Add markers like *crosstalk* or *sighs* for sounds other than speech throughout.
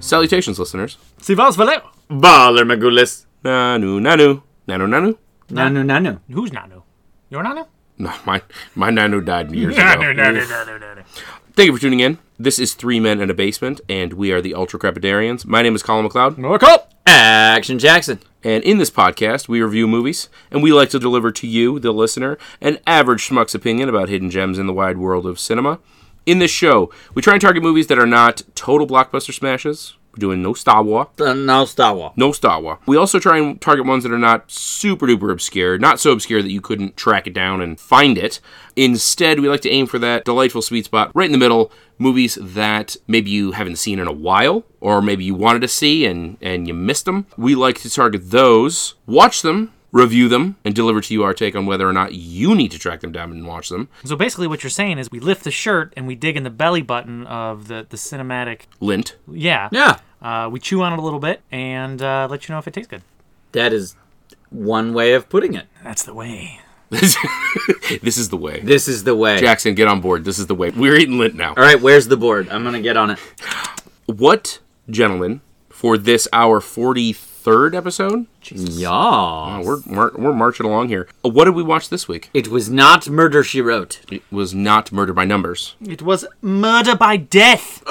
Salutations, listeners. Sivas Valero. Baller Magulis. Nanu, nanu. Nanu, nanu. Nanu Nanu. Who's Nanu? Your Nanu? No, *laughs* my, my nanu died years ago. Nanu, Nanu, Nanu, Nanu. Thank you for tuning in. This is Three Men in a Basement, and we are the Ultra Crepidarians. My name is Colin McLeod, Look up. Action Jackson. and in this podcast, we review movies, and we like to deliver to you, the listener, an average schmuck's opinion about hidden gems in the wide world of cinema. In this show, we try and target movies that are not total blockbuster smashes. We're doing no Star Wars, Uh, now Star Wars. no Star Wars. We also try and target ones that are not super duper obscure, not so obscure that you couldn't track it down and find it. Instead, we like to aim for that delightful sweet spot right in the middle. Movies that maybe you haven't seen in a while, or maybe you wanted to see and and you missed them. We like to target those, watch them, review them, and deliver to you our take on whether or not you need to track them down and watch them. So basically, what you're saying is we lift the shirt and we dig in the belly button of the, the cinematic. Lint. *laughs* Yeah. Yeah. Uh, we chew on it a little bit and uh, let you know if it tastes good. That is one way of putting it. That's the way. this is the way. This is the way. Jackson, get on board. This is the way. We're eating lint now. All right, where's the board? I'm going to get on it. What, gentlemen, for this our 43rd episode? Yeah. Oh, we're, we're, we're marching along here. Uh, What did we watch this week? It was not Murder, She Wrote. It was not Murder by Numbers, It was murder by death.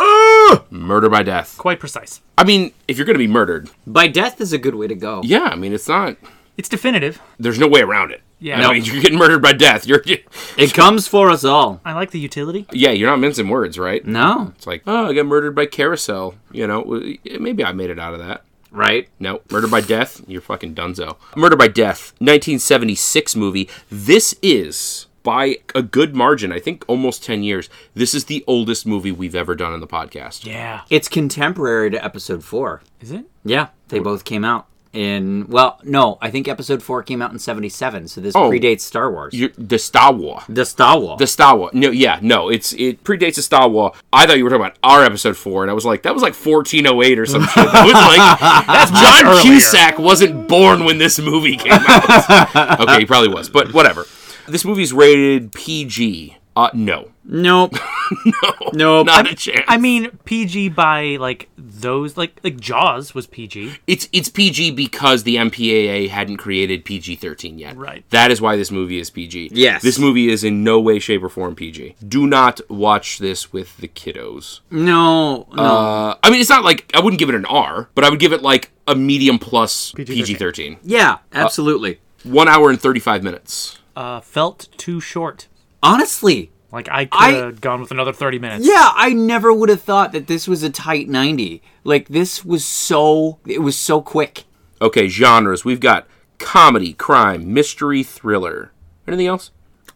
Murder by Death. Quite precise. I mean, if you're going to be murdered, By Death is a good way to go. yeah, I mean, it's not, It's definitive. there's no way around it. Yeah. I mean, *laughs* you're getting murdered by death. You're, *laughs* you- It comes for us all. I like the utility. yeah, you're not mincing words, right? No. It's like, oh, I got murdered by carousel. You know, w- maybe I made it out of that. Right? No, Murder by Death, you're fucking dunzo. Murder by Death, 1976 movie. This is, by a good margin, I think almost 10 years, this is the oldest movie we've ever done in the podcast. Yeah. It's contemporary to episode four. Is it? Yeah. They both came out in, well, no, I think episode four came out in 77, so this Oh. predates Star Wars. You're, the Star Wars. the Star Wars. The Star Wars. No, yeah, no, it's it predates the Star Wars. I thought you were talking about our episode four, and I was like, that was like 1408 or some shit. It was like, *laughs* that's John earlier. Cusack wasn't born when this movie came *laughs* out. okay, he probably was, but whatever. This movie's rated PG. Uh, no, nope. *laughs* no. Nope. not a chance. I mean, PG by like those, like like Jaws was PG. It's it's PG because the MPAA hadn't created PG thirteen yet. Right. That is why this movie is PG. Yes. This movie is in no way, shape, or form PG. Do not watch this with the kiddos. No. No. Uh, I mean, it's not like I wouldn't give it an R, but I would give it like a medium plus PG thirteen. yeah, absolutely. One hour and thirty five minutes. Uh, felt too short. Honestly, Like I could I- have gone with another thirty minutes. Yeah, I never would have thought that this was a tight 90. Like this was so it was so quick. Okay, genres. We've got comedy, crime, mystery, thriller. Anything else?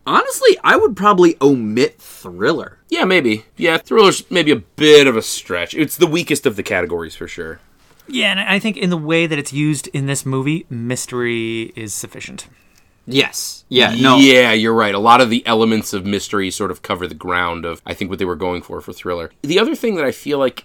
Honestly, I would probably omit thriller. Yeah, maybe. Yeah, thriller's maybe a bit of a stretch. It's the weakest of the categories for sure. Yeah, and I think in the way that it's used in this movie, mystery is sufficient. Yes. Yeah, no. Yeah, you're right. A lot of the elements of mystery sort of cover the ground of I think what they were going for for thriller. The other thing that I feel like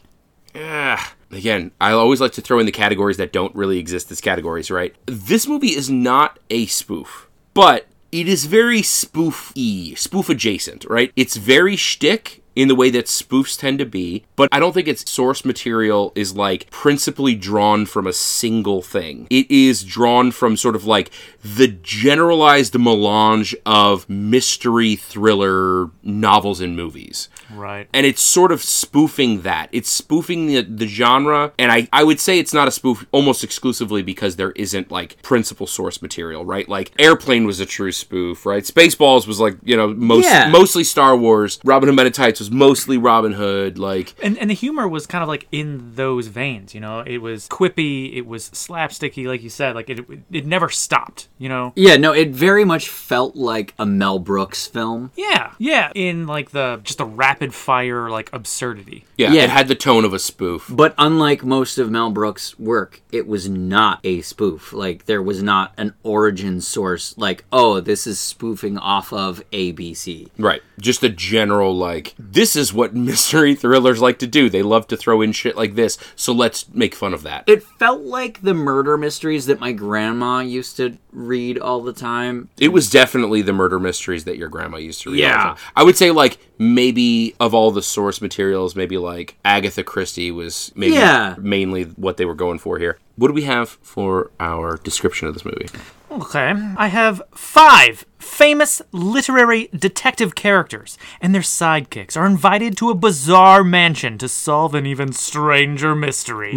ah, again, I always like to throw in the categories that don't really exist as categories, right? This movie is not a spoof, but it is very spoof-y, spoof adjacent, right? It's very shtick in the way that spoofs tend to be, but I don't think its source material is like principally drawn from a single thing. It is drawn from sort of like the generalized melange of mystery thriller novels and movies. Right. And it's sort of spoofing that. It's spoofing the, the genre. And I, I would say it's not a spoof almost exclusively because there isn't like principal source material, right? Like Airplane was a true spoof, right? Spaceballs was like, you know, most, Yeah. mostly Star Wars. Robin Hood Men in Tights was mostly Robin Hood. Like, And, and the humor was kind of like in those veins, you know. It was quippy, it was slapsticky, like you said. Like it, it never stopped, you know. Yeah, no, it very much felt like a Mel Brooks film. Yeah, yeah. In like the just the rapid fire like absurdity. yeah, Yeah. it had the tone of a spoof. But unlike most of Mel Brooks' work, it was not a spoof. Like there was not an origin source like, "Oh, this is spoofing off of ABC." Right. Just a general, like, this is what *laughs* mystery thrillers like to do. They love to throw in shit like this, so let's make fun of that. It felt like the murder mysteries that my grandma used to read all the time. It was definitely the murder mysteries that your grandma used to read. all the Yeah. time. I would say like maybe of all the source materials, maybe like Agatha Christie was maybe Yeah. mainly what they were going for here. What do we have for our description of this movie? Okay. I have five famous literary detective characters, and their sidekicks are invited to a bizarre mansion to solve an even stranger mystery.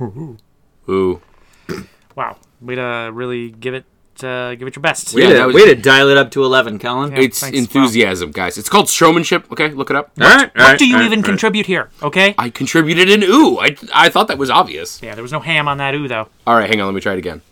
Ooh, Wow. Way to really give it uh, give it your best. Way, Yeah, to, that was- way to dial it up to 11, Colin. it's thanks. enthusiasm, guys. It's called showmanship. Okay, look it up. All right, all What right, do you all right, even all right. contribute here? Okay? I contributed an ooh. I I thought that was obvious. Yeah, there was no ham on that ooh though. All right, hang on. Let me try it again.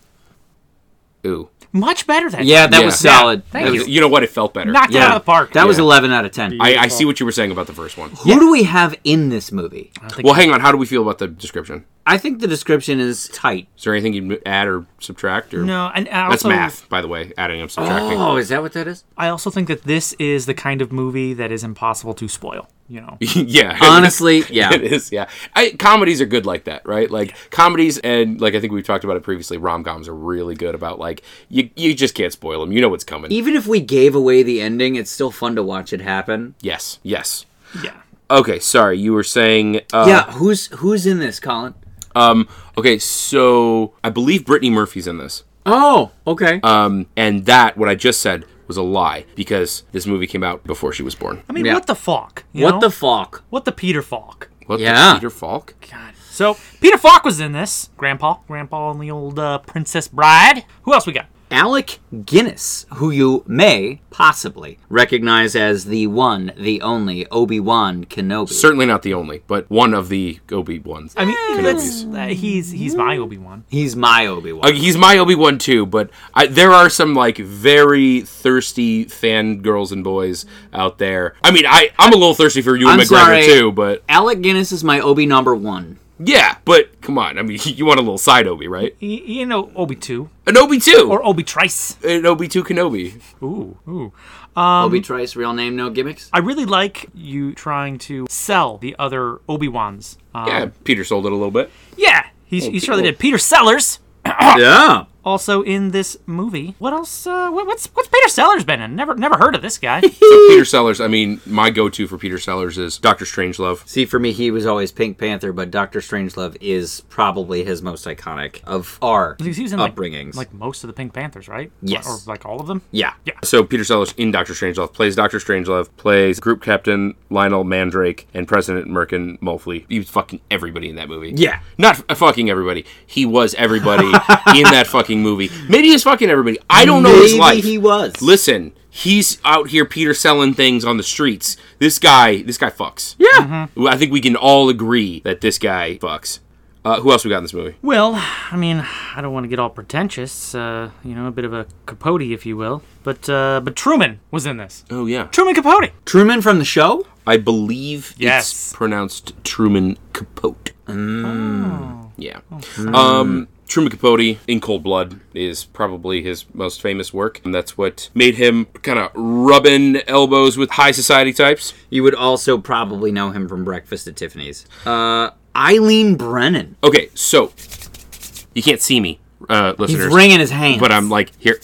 Ooh. Much better than Yeah, that Yeah. was solid. Thank that That was, was- you know what? It felt better. knocked it Yeah, out of the park. That was Yeah. 11 out of 10. I, I see what you were saying about the first one. Who do we have in this movie? Well, hang on. How do we feel about the description? I think the description is tight. Is there anything you'd add or subtract? Or no, and I that's also, math, by the way. Adding and subtracting. Oh, is that what that is? I also think that this is the kind of movie that is impossible to spoil. You *laughs* know, *laughs* yeah. *laughs* Honestly, It *laughs* yeah. is, yeah. I, comedies are good like that, right? Like comedies, and like I think we've talked about it previously. Rom coms are really good about like you you just can't spoil them. You know what's coming. Even if we gave away the ending, it's still fun to watch it happen. yes, yes. yeah. Uh, Okay, sorry. You were saying uh, yeah, who's who's in this, Colin? Um, okay, so I believe Brittany Murphy's in this. Oh, okay. Um, and that what I just said was a lie because this movie came out before she was born. I mean, Yeah. what the fuck? you what know? the fuck? what the Peter Falk? What the- Yeah. Peter Falk. God. So Peter Falk was in this. Grandpa, Grandpa, and the old uh, Princess Bride. Who else we got? Alec Guinness, who you may possibly recognize as the one, the only Obi Wan Kenobi. Certainly not the only, but one of the Obi ones. I mean, Kenobis. that's, uh, he's he's my Obi Wan. He's my Obi Wan. Uh, he's my Obi Wan too, but I, there are some like very thirsty fangirls and boys out there. I mean, I I'm a little thirsty for you and I'm McGregor sorry. too, but Alec Guinness is my Obi number one. yeah, but come on, I mean, *laughs* you want a little side Obi, right? Y- You know, Obi two An Obi two or Obi Trice. an Obi two Kenobi. Ooh, ooh. Obi Trice, real name, no gimmicks. I really like you trying to sell the other Obi Wans. Uh. Um, Yeah, Peter sold it a little bit. yeah, he's, he's really did. Peter Sellers. Yeah. also in this movie. What else? Uh, what, what's what's Peter Sellers been in? Never never heard of this *laughs* guy. So Peter Sellers, I mean, my go-to for Peter Sellers is Doctor Strangelove. See, for me, he was always Pink Panther, but Doctor Strangelove is probably his most iconic of our He was in like, upbringings. like most of the Pink Panthers, right? Yes. or like all of them. yeah. So Peter Sellers in Doctor Strangelove plays Doctor Strangelove, plays Group Captain Lionel Mandrake and President Merkin Mulfley. He was fucking everybody in that movie. Yeah. Not f- uh, fucking everybody. He was *laughs* everybody in that fucking movie. Maybe he's fucking everybody. I don't know his Maybe life. he was. Listen, he's out here Peter selling things on the streets. This guy, this guy fucks. Yeah. Well, I think we can all agree that this guy fucks. Uh, who else we got in this movie? Well, I mean, I don't want to get all pretentious. Uh, you know, a bit of a Capote, if you will. But uh, but Truman was in this. Uh. Oh yeah. Truman Capote. Truman from the show? I believe Yes. it's pronounced Truman Capote. Yeah. Um, Truman Capote in Cold Blood is probably his most famous work, and that's what made him kind of rubbing elbows with high society types. You would also probably know him from Breakfast at Tiffany's. Uh, Eileen Brennan. Okay, so you can't see me, uh, He's listeners, wringing his hands. but I'm like here.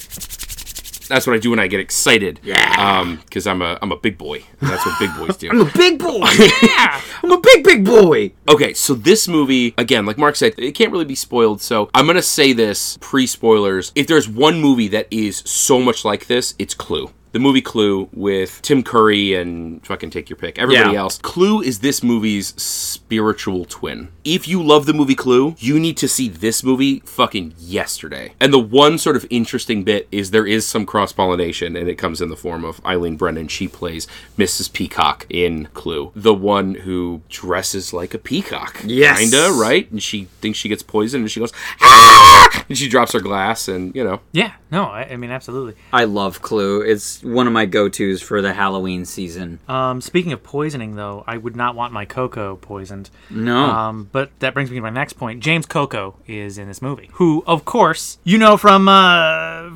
That's what I do when I get excited. Yeah. because I'm a I'm a big boy. That's what big boys do. I'm a big boy. *laughs* yeah. I'm a big, big boy. Okay, so this movie, again, like Mark said, it can't really be spoiled, so I'm gonna say this pre spoilers. If there's one movie that is so much like this, it's Clue. The movie Clue with Tim Curry and fucking take your pick, everybody Yeah. else. Clue is this movie's spiritual twin. If you love the movie Clue, you need to see this movie fucking yesterday. And the one sort of interesting bit is there is some cross pollination, and it comes in the form of Eileen Brennan. She plays Mrs. Peacock in Clue, the one who dresses like a peacock. Yes. Kinda, right? And she thinks she gets poisoned and she goes, ah! And she drops her glass and, you know. Yeah. No, I, I mean absolutely. I love Clue. It's one of my go tos for the Halloween season. Um, speaking of poisoning, though, I would not want my cocoa poisoned. No. Um, but that brings me to my next point. James Coco is in this movie, who, of course, you know from uh,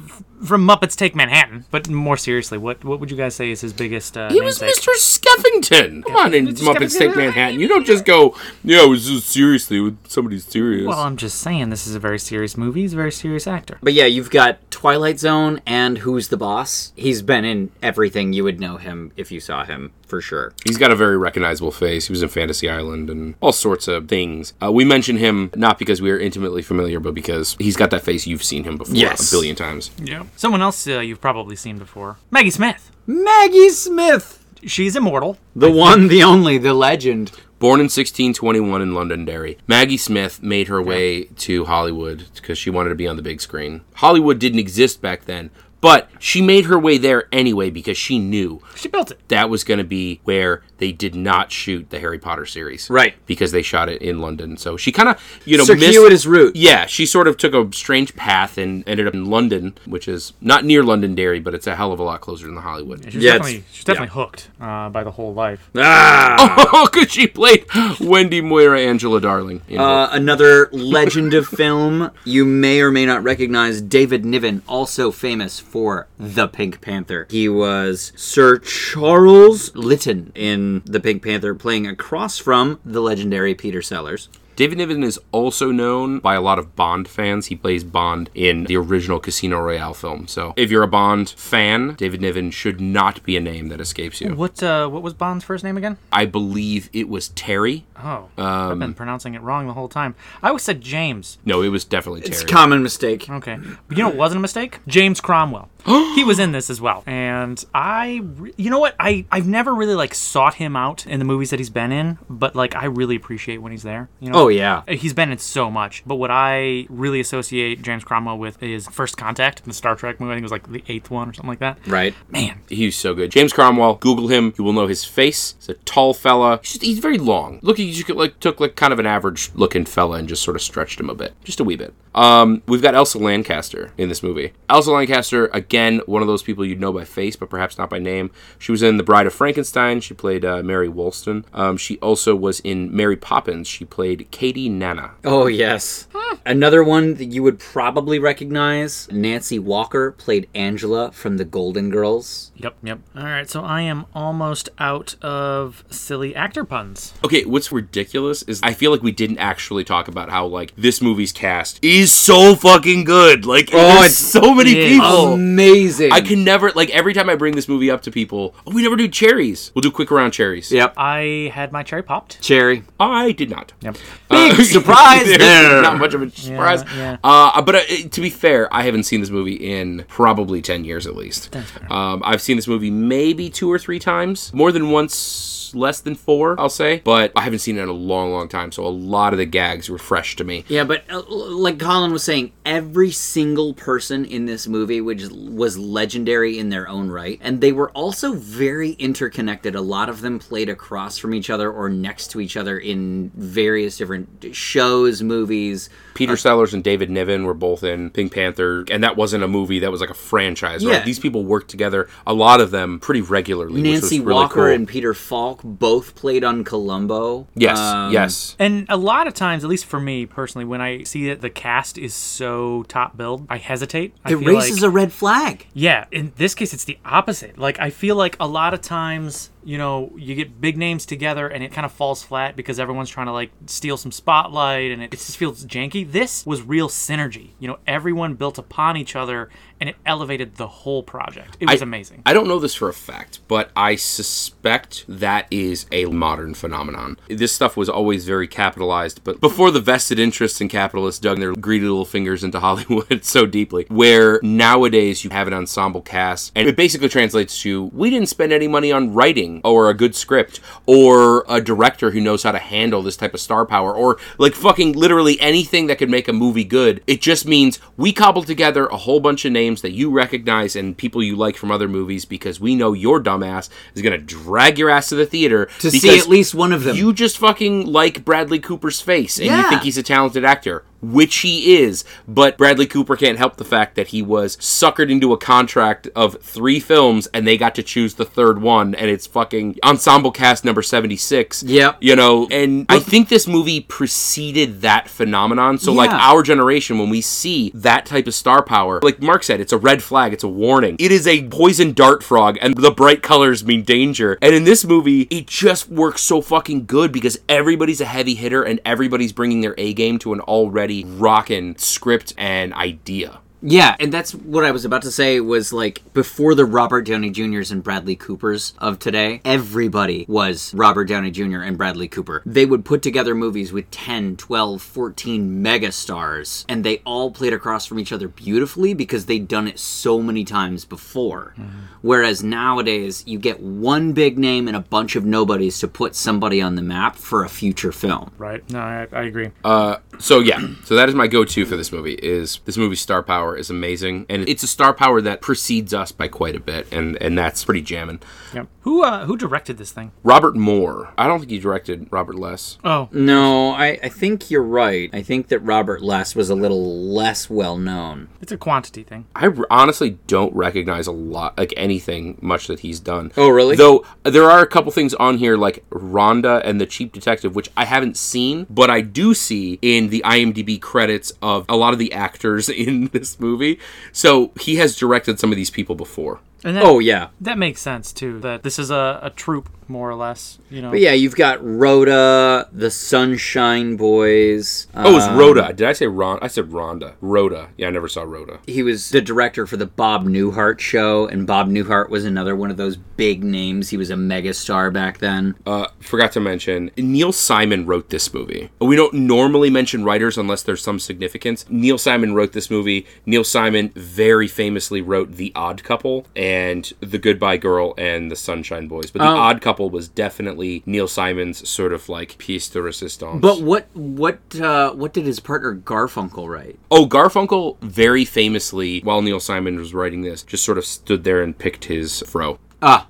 from Muppets Take Manhattan. But more seriously, what what would you guys say is his biggest? Uh, He was namesake? Mr. Skeffington. Come on, in Mr. Muppets Skeffington. Take Manhattan. You don't just go, yeah, it was just seriously with somebody serious. Well, I'm just saying this is a very serious movie. He's a very serious actor. But yeah, you've got Twilight Zone and Who's the Boss. He's been in everything. You would know him if you saw him for sure. He's got a very recognizable face. He was in Fantasy Island and all sorts of things. Uh, we mention him not because we are intimately familiar, but because he's got that face you've seen him before Yes. a billion times. Yeah. Someone else uh, you've probably seen before, Maggie Smith. Maggie Smith, She's immortal. the one, the only, the legend. Born in 1621 in Londonderry, Maggie Smith made her way to Hollywood because she wanted to be on the big screen. Hollywood didn't exist back then, but she made her way there anyway because she knew She built it. that was going to be where they did not shoot the Harry Potter series. Right. Because they shot it in London. So she kind of, you know, missed- Circuitous route. Yeah, she sort of took a strange path and ended up in London, which is not near Londonderry, but it's a hell of a lot closer than Hollywood. She's Yeah, it's- definitely, she's definitely hooked uh, by the whole life. Ah. *laughs* Oh, because she played Wendy Moira Angela Darling. in Uh, another legend of film you may or may not recognize David Niven, also famous for The Pink Panther. He was Sir Charles Lytton in The Pink Panther, playing across from the legendary Peter Sellers. David Niven is also known by a lot of Bond fans. He plays Bond in the original Casino Royale film. So if you're a Bond fan, David Niven should not be a name that escapes you. What uh, what was Bond's first name again? I believe it was Terry. Oh, I've Um, been pronouncing it wrong the whole time. I always said James. No, it was definitely It's Terry. a common mistake. Okay. But you know what wasn't a mistake? James Cromwell. he was in this as well. And I re- you know what? I I've never really like sought him out in the movies that he's been in, but like I really appreciate when he's there, you know. Oh, yeah. He's been in so much, but what I really associate James Cromwell with is First Contact, the Star Trek movie. I think it was like the eighth one or something like that. Right. Man, He's so good. James Cromwell. Google him. You will know his face. He's a tall fella. He's, just- he's very long. Look, he just like took like kind of an average looking fella and just sort of stretched him a bit, just a wee bit. Um, we've got Elsa Lancaster in this movie. Elsa Lancaster, again, one of those people you'd know by face, but perhaps not by name. She was in The Bride of Frankenstein. She played uh, Mary Wollstone. Um, she also was in Mary Poppins. She played Katie Nana. Oh, yes. Another one that you would probably recognize Nancy Walker played Angela from The Golden Girls. Yep, yep. All right, so I am almost out of silly actor puns. Okay, what's ridiculous is I feel like we didn't actually talk about how like this movie's cast is so fucking good. Like there's it's- Oh. so many yeah. people. Amazing. Oh. I can never like every time I bring this movie up to people, oh, we never do cherries. We'll do quick around cherries. Yep. I had my cherry popped. Cherry. I did not. Yep. Uh, *laughs* Big surprise there's there. Not much of a surprise. yeah. Uh, but uh, it- to be fair, I haven't seen this movie in probably 10 years at least. Um, I've seen this movie maybe two or three times, more than once, less than four, I'll say. But I haven't seen it in a long, long time. So a lot of the gags were fresh to me. Yeah, but uh, l- like Colin was saying, every single person in this movie which was legendary in their own right, and they were also very interconnected. A lot of them played across from each other or next to each other in various different shows, movies. Peter Sellers and David Niven were both in Pink Panther, and that wasn't a movie. That was like a franchise. Right? Yeah. These people worked together, a lot of them, pretty regularly. which was Nancy really Walker cool. and Peter Falk both played on Columbo. yes, Um, yes. And a lot of times, at least for me personally, when I see that the cast is so top billed, I hesitate. I It feel raises like, a red flag. yeah. In this case, it's the opposite. Like I feel like a lot of times, you know, you get big names together and it kind of falls flat because everyone's trying to like steal some spotlight and it, it just feels janky. This was real synergy. You know, everyone built upon each other and it elevated the whole project. It was amazing. I don't know this for a fact, but I suspect that is a modern phenomenon. This stuff was always very capitalized, but before the vested interests and capitalists dug their greedy little fingers into *laughs* Hollywood so deeply, where nowadays you have an ensemble cast, and it basically translates to we didn't spend any money on writing or a good script or a director who knows how to handle this type of star power or like fucking literally anything that could make a movie good. It just means we cobbled together a whole bunch of names that you recognize and people you like from other movies because we know your dumbass is going to drag your ass to the theater To because see at least one of them. you just fucking like Bradley Cooper's face and you Yeah. think he's a talented actor. which he is. But Bradley Cooper can't help the fact that he was suckered into a contract of three films and they got to choose the third one, and it's fucking ensemble cast number 76. Yep. You know, and I think this movie preceded that phenomenon. So, like, Yeah. our generation, when we see that type of star power, like Mark said, it's a red flag, it's a warning. It is a poison dart frog, and the bright colors mean danger. And in this movie, it just works so fucking good because everybody's a heavy hitter and everybody's bringing their A game to an already rockin' script and idea. Yeah, and that's what I was about to say was like before the Robert Downey Jr.'s and Bradley Coopers of today, everybody was Robert Downey Jr. and Bradley Cooper. They would put together movies with 10, 12, 14 megastars, and they all played across from each other beautifully because they'd done it so many times before. Whereas nowadays, you get one big name and a bunch of nobodies to put somebody on the map for a future film. Right. No, I, I agree. Uh, So yeah, so that is my go-to for this movie. Is this movie's star power is amazing, and it's a star power that precedes us by quite a bit, and and that's pretty jamming. Yep. Who uh, who directed this thing? Robert Moore. I don't think he directed Robert Less. Oh, No, I, I think you're right. I think that Robert Less was a little less well known. it's a quantity thing. I r- honestly don't recognize a lot, like anything much that he's done. Oh, really? Though there are a couple things on here like Rhonda and the Cheap Detective, which I haven't seen, but I do see in the IMDb credits of a lot of the actors *laughs* in this movie. So he has directed some of these people before. And that, Oh yeah, that makes sense too. That this is a, a troupe more or less. You know. but yeah, you've got Rhoda, the Sunshine Boys. Oh, it's Um, Rhoda. Did I say Ron? I said Rhonda. Rhoda. Yeah, I never saw Rhoda. He was the director for the Bob Newhart show, and Bob Newhart was another one of those big names. He was a megastar back then. Uh, forgot to mention Neil Simon wrote this movie. We don't normally mention writers unless there's some significance. Neil Simon wrote this movie. Neil Simon very famously wrote The Odd Couple and The Goodbye Girl and The Sunshine Boys. But The Oh. Odd Couple was definitely Neil Simon's sort of like piece de resistance. But what what uh, what did his partner Garfunkel write? Oh, Garfunkel very famously, while Neil Simon was writing this, just sort of stood there and picked his fro.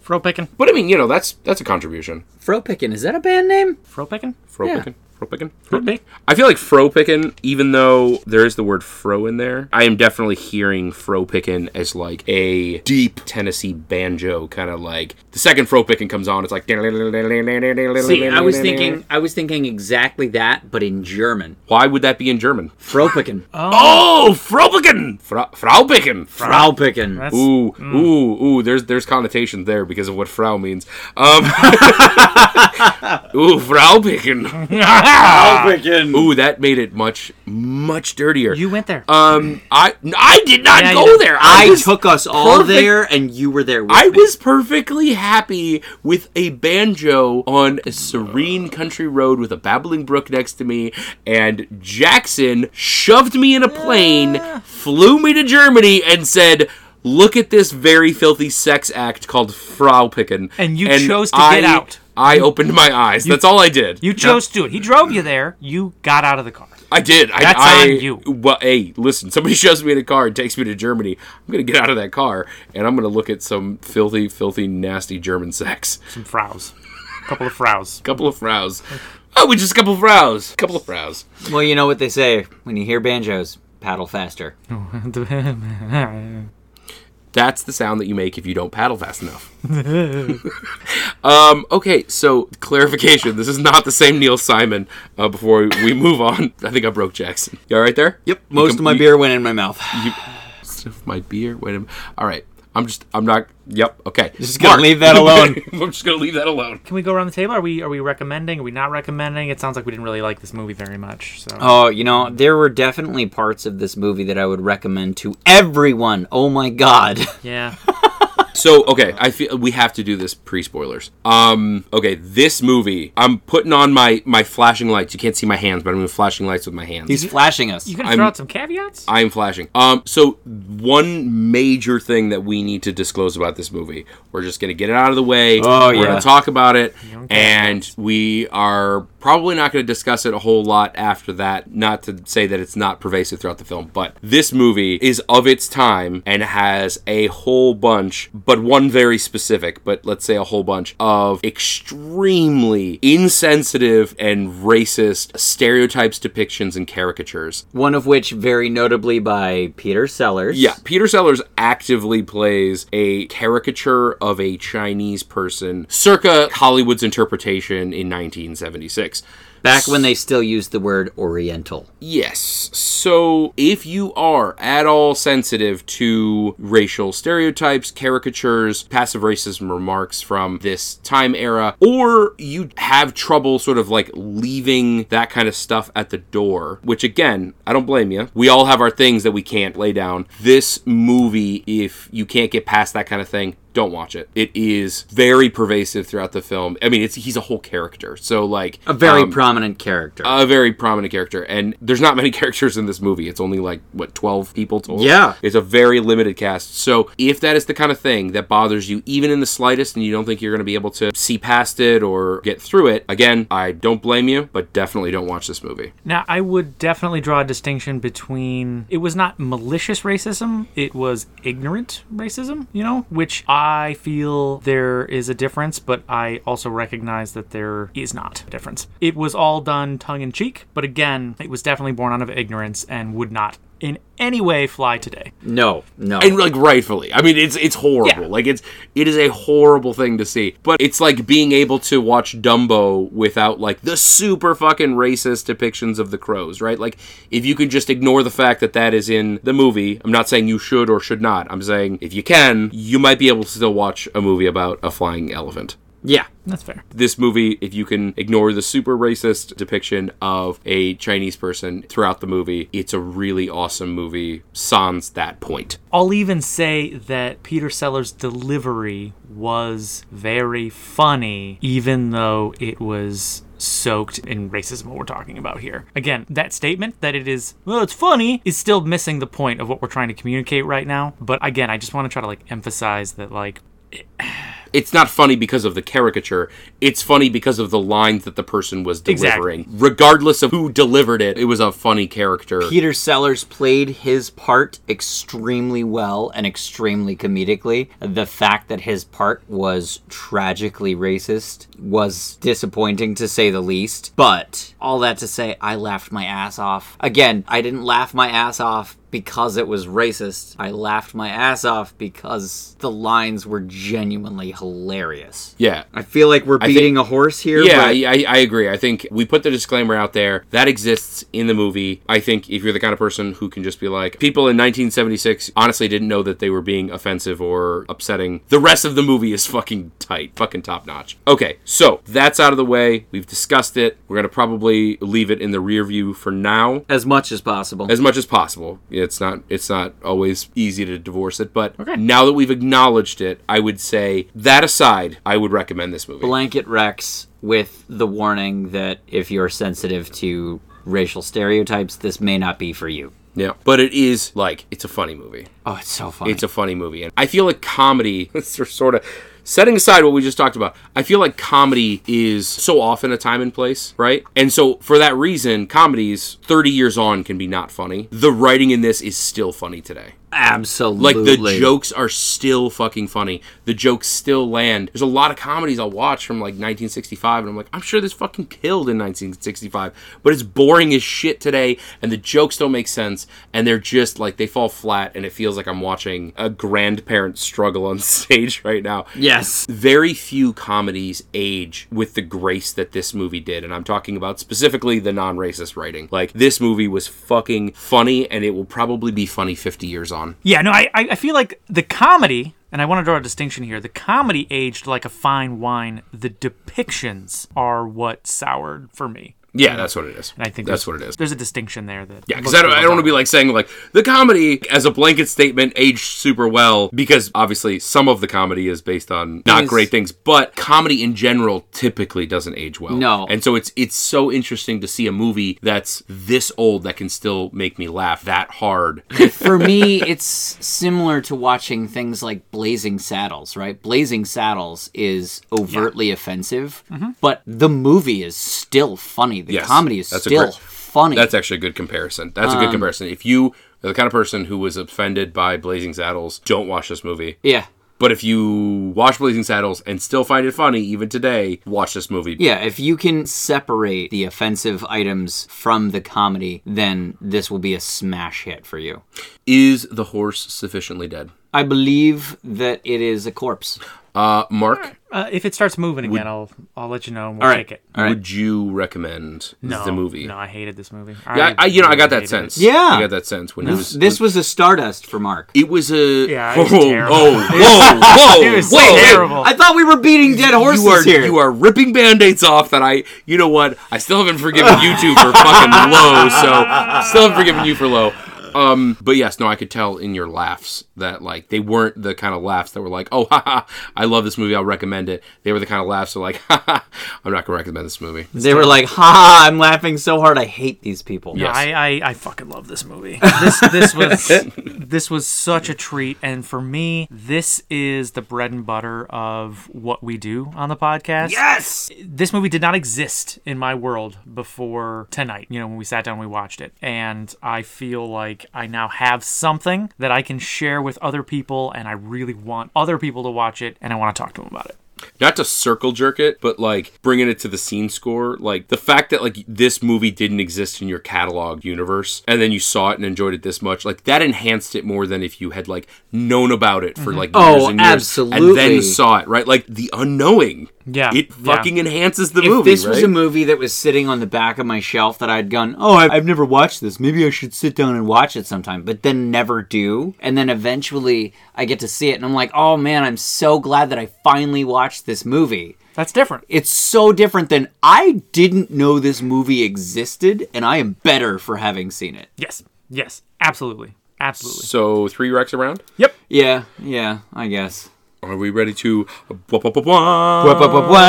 Fro picking. But I mean, you know, that's that's a contribution. Fro Pickin, is that a band name? Fro picking. Fro Yeah. picking. Fro picking. Fro Could be. I feel like fro pickin', even though there is the word fro in there, I am definitely hearing fro pickin' as like a deep Tennessee banjo kind of like the second fro pickin' comes on, it's like. See, I was thinking I was thinking exactly that, but in German. why would that be in German? Fro Pickin, Oh, fro pickin', Fra- Frau pickin'. Frau Pickin. That's Ooh, Mm. ooh, ooh! There's there's connotations there because of what Frau means. *laughs* Um, *laughs* ooh, Frau pickin'. Ooh, that made it much much dirtier. you went there. Um, I I did not Yeah, you go did. there. I was took us all perfect- there, and you were there. With I me. was perfectly happy with a banjo on a serene country road with a babbling brook next to me, and Jackson shoved me in a plane, flew me to Germany, and said. Look at this very filthy sex act called Frau Picken. And you chose to get out. I opened my eyes. That's all I did. you chose to do it. He drove you there. You got out of the car. I did. I, That's I, on you. Well, hey, listen. Somebody *laughs* shoves me in a car and takes me to Germany. I'm gonna get out of that car and I'm gonna look at some filthy, filthy, nasty German sex. *laughs* Some frows. A couple of frows. couple of frows. Oh, we just a couple of frows. Couple of frows. Well, you know what they say when you hear banjos, paddle faster. That's the sound that you make if you don't paddle fast *laughs* enough. um, okay, so clarification. This is not the same Neil Simon. Uh, before we move on, *laughs* I think I broke Jackson. You all right there? Yep, most of my you- beer went in my mouth. Sniff my beer. Wait a minute. All right. I'm just. I'm not. Yep. Okay. Just gonna leave that alone. *laughs* I'm just gonna leave that alone. Can we go around the table? Are we are we recommending? Are we not recommending? It sounds like we didn't really like this movie very much. So Oh, you know, there were definitely parts of this movie that I would recommend to everyone. Oh my god. yeah. So okay, I feel we have to do this pre spoilers. Um, okay, this movie, I'm putting on my my flashing lights. You can't see my hands, but I'm doing flashing lights with my hands. *laughs* He's flashing us. You gonna throw out some caveats? I am flashing. Um, so one major thing that we need to disclose about this movie, we're just gonna get it out of the way. Oh, we're yeah. gonna talk about it, and we are probably not gonna discuss it a whole lot after that. Not to say that it's not pervasive throughout the film, but this movie is of its time and has a whole bunch, but one very specific, but let's say a whole bunch of extremely insensitive and racist stereotypes, depictions, and caricatures. One of which, very notably, by Peter Sellers. Yeah, Peter Sellers actively plays a caricature of a Chinese person, circa Hollywood's interpretation in 1976. Back when they still used the word Oriental. Yes. So if you are at all sensitive to racial stereotypes, caricatures, passive racism remarks from this time era, or you have trouble sort of like leaving that kind of stuff at the door, which again, I don't blame you. We all have our things that we can't lay down. This movie, if you can't get past that kind of thing, don't watch it. It is very pervasive throughout the film. I mean, it's he's a whole character. So like A very um, prominent character. a very prominent character and there's not many *laughs* characters in this movie it's only like what 12 people total Yeah. it's a very limited cast so if that is the kind of thing that bothers you even in the slightest and you don't think you're going to be able to see past it or get through it again i don't blame you but definitely don't watch this movie Now, I would definitely draw a distinction between it was not malicious racism, it was ignorant racism, you know, which I feel there is a difference, but I also recognize that there is not a difference. It was all done tongue in cheek, but again, it was definitely born out of ignorance and would not in any way fly today. no, no. and like rightfully i mean it's it's horrible Yeah. like it's it is a horrible thing to see but it's like being able to watch dumbo without like the super fucking racist depictions of the crows right like if you can just ignore the fact that that is in the movie i'm not saying you should or should not i'm saying if you can you might be able to still watch a movie about a flying elephant yeah. That's fair. this movie, if you can ignore the super racist depiction of a Chinese person throughout the movie, it's a really awesome movie. Sans that point. I'll even say that Peter Sellers' delivery was very funny, even though it was soaked in racism, what we're talking about here. Again, that statement that it is, well, it's funny, is still missing the point of what we're trying to communicate right now. But again, I just want to try to like emphasize that, like, it's not funny because of the caricature. It's funny because of the lines that the person was delivering. Regardless of who delivered it, it was a funny character. Peter Sellers played his part extremely well and extremely comedically. The fact that his part was tragically racist was disappointing to say the least. But all that to say, I laughed my ass off. Again, I didn't laugh my ass off because it was racist. I laughed my ass off because the lines were genuinely hilarious. yeah. I feel like we're think- beating a horse here. Yeah, but- I, I agree. I think we put the disclaimer out there. That exists in the movie. I think if you're the kind of person who can just be like, people in 1976 honestly didn't know that they were being offensive or upsetting, the rest of the movie is fucking tight, fucking top notch. Okay, so that's out of the way. We've discussed it. We're going to probably leave it in the rear view for now. as much as possible. as much as possible. It's not it's not always easy to divorce it, but now that we've acknowledged it, I would say that aside, I would recommend this movie. blanket Rex with the warning that if you're sensitive to racial stereotypes, this may not be for you. Yeah, but it is like it's a funny movie. Oh, it's so funny. It's a funny movie, and I feel like comedy *laughs* sort of setting aside what we just talked about. I feel like comedy is so often a time and place, right? And so for that reason, comedies 30 years on can be not funny. The writing in this is still funny today. Like Absolutely. the *laughs* jokes are still fucking funny. The jokes still land. There's a lot of comedies I'll watch from like 1965, and I'm like, I'm sure this fucking killed in 1965, but it's boring as shit today, and the jokes don't make sense, and they're just like they fall flat, and it feels like I'm watching a grandparent struggle on *laughs* stage right now Yes. very few comedies age with the grace that this movie did and i'm talking about specifically the non-racist writing like this movie was fucking funny and it will probably be funny 50 years on Yeah, no, I, I I feel like the comedy, and I want to draw a distinction here. The comedy aged like a fine wine. The depictions are what soured for me, yeah that's what it is and I think that's there's- what it is There's a distinction there that yeah because i don't, I don't want to be like saying like the comedy as a blanket statement aged super well because obviously some of the comedy is based on not Is- great things but comedy in general typically doesn't age well No. and so it's it's so interesting to see a movie that's this old that can still make me laugh that hard for me, it's similar to watching things like Blazing Saddles, right? Blazing Saddles is overtly offensive, but the movie is still funny. The Mm-hmm. Yes, comedy is that's a still great- funny. That's actually a good comparison. That's a good comparison. If you are the kind of person who was offended by Blazing Saddles, don't watch this movie. yeah. But if you watch Blazing Saddles and still find it funny, even today, watch this movie. Yeah, if you can separate the offensive items from the comedy, then this will be a smash hit for you. Is the horse sufficiently dead? I believe that it is a corpse. Uh, Mark, Uh, if it starts moving again, I'll I'll let you know and we'll All right. take it. All right. would you recommend No, the movie? No, I hated this movie. Yeah, I, I, you know, I got really that hated sense. it. Yeah. I got that sense when he was. This was a stardust for Mark. it was a. *laughs* Yeah, *laughs* it whoa, was terrible. whoa, whoa, whoa, It was whoa, wait. terrible. I thought we were beating dead horses You are here. you are ripping band-aids off that I you know what I still haven't forgiven you two for fucking *laughs* low so still haven't forgiven you for low um but yes no I could tell in your laughs that like they weren't the kind of laughs that were like oh *laughs* ha, ha I love this movie I'll recommend it they were the kind of laughs that were like *laughs* ha, ha I'm not gonna recommend this movie they were like, "Ha! ha, I'm laughing so hard. I hate these people." Yeah. Yes. I, I, I fucking love this movie. This *laughs* this was this was such a treat, and for me, this is the bread and butter of what we do on the podcast. Yes. This movie did not exist in my world before tonight. You know, when we sat down, we watched it, and I feel like I now have something that I can share with other people, and I really want other people to watch it, and I want to talk to them about it. not to circle jerk it, but like bringing it to the scene score, like the fact that like this movie didn't exist in your catalog universe and then you saw it and enjoyed it this much, like that enhanced it more than if you had like known about it for like years Oh, and years and absolutely. then saw it, right? Like the unknowing. Yeah, It yeah. fucking enhances the If movie. this was right? a movie that was sitting on the back of my shelf that I'd gone, oh, I've, I've never watched this. Maybe I should sit down and watch it sometime, but then never do. And then eventually I get to see it and I'm like, oh man, I'm so glad that I finally watched this movie. That's different. It's so different than I didn't know this movie existed and I am better for having seen it. Yes, yes, absolutely, absolutely. so three wrecks around. Yep. Yeah, yeah, I guess. Are we ready to? Blah, blah, blah, blah.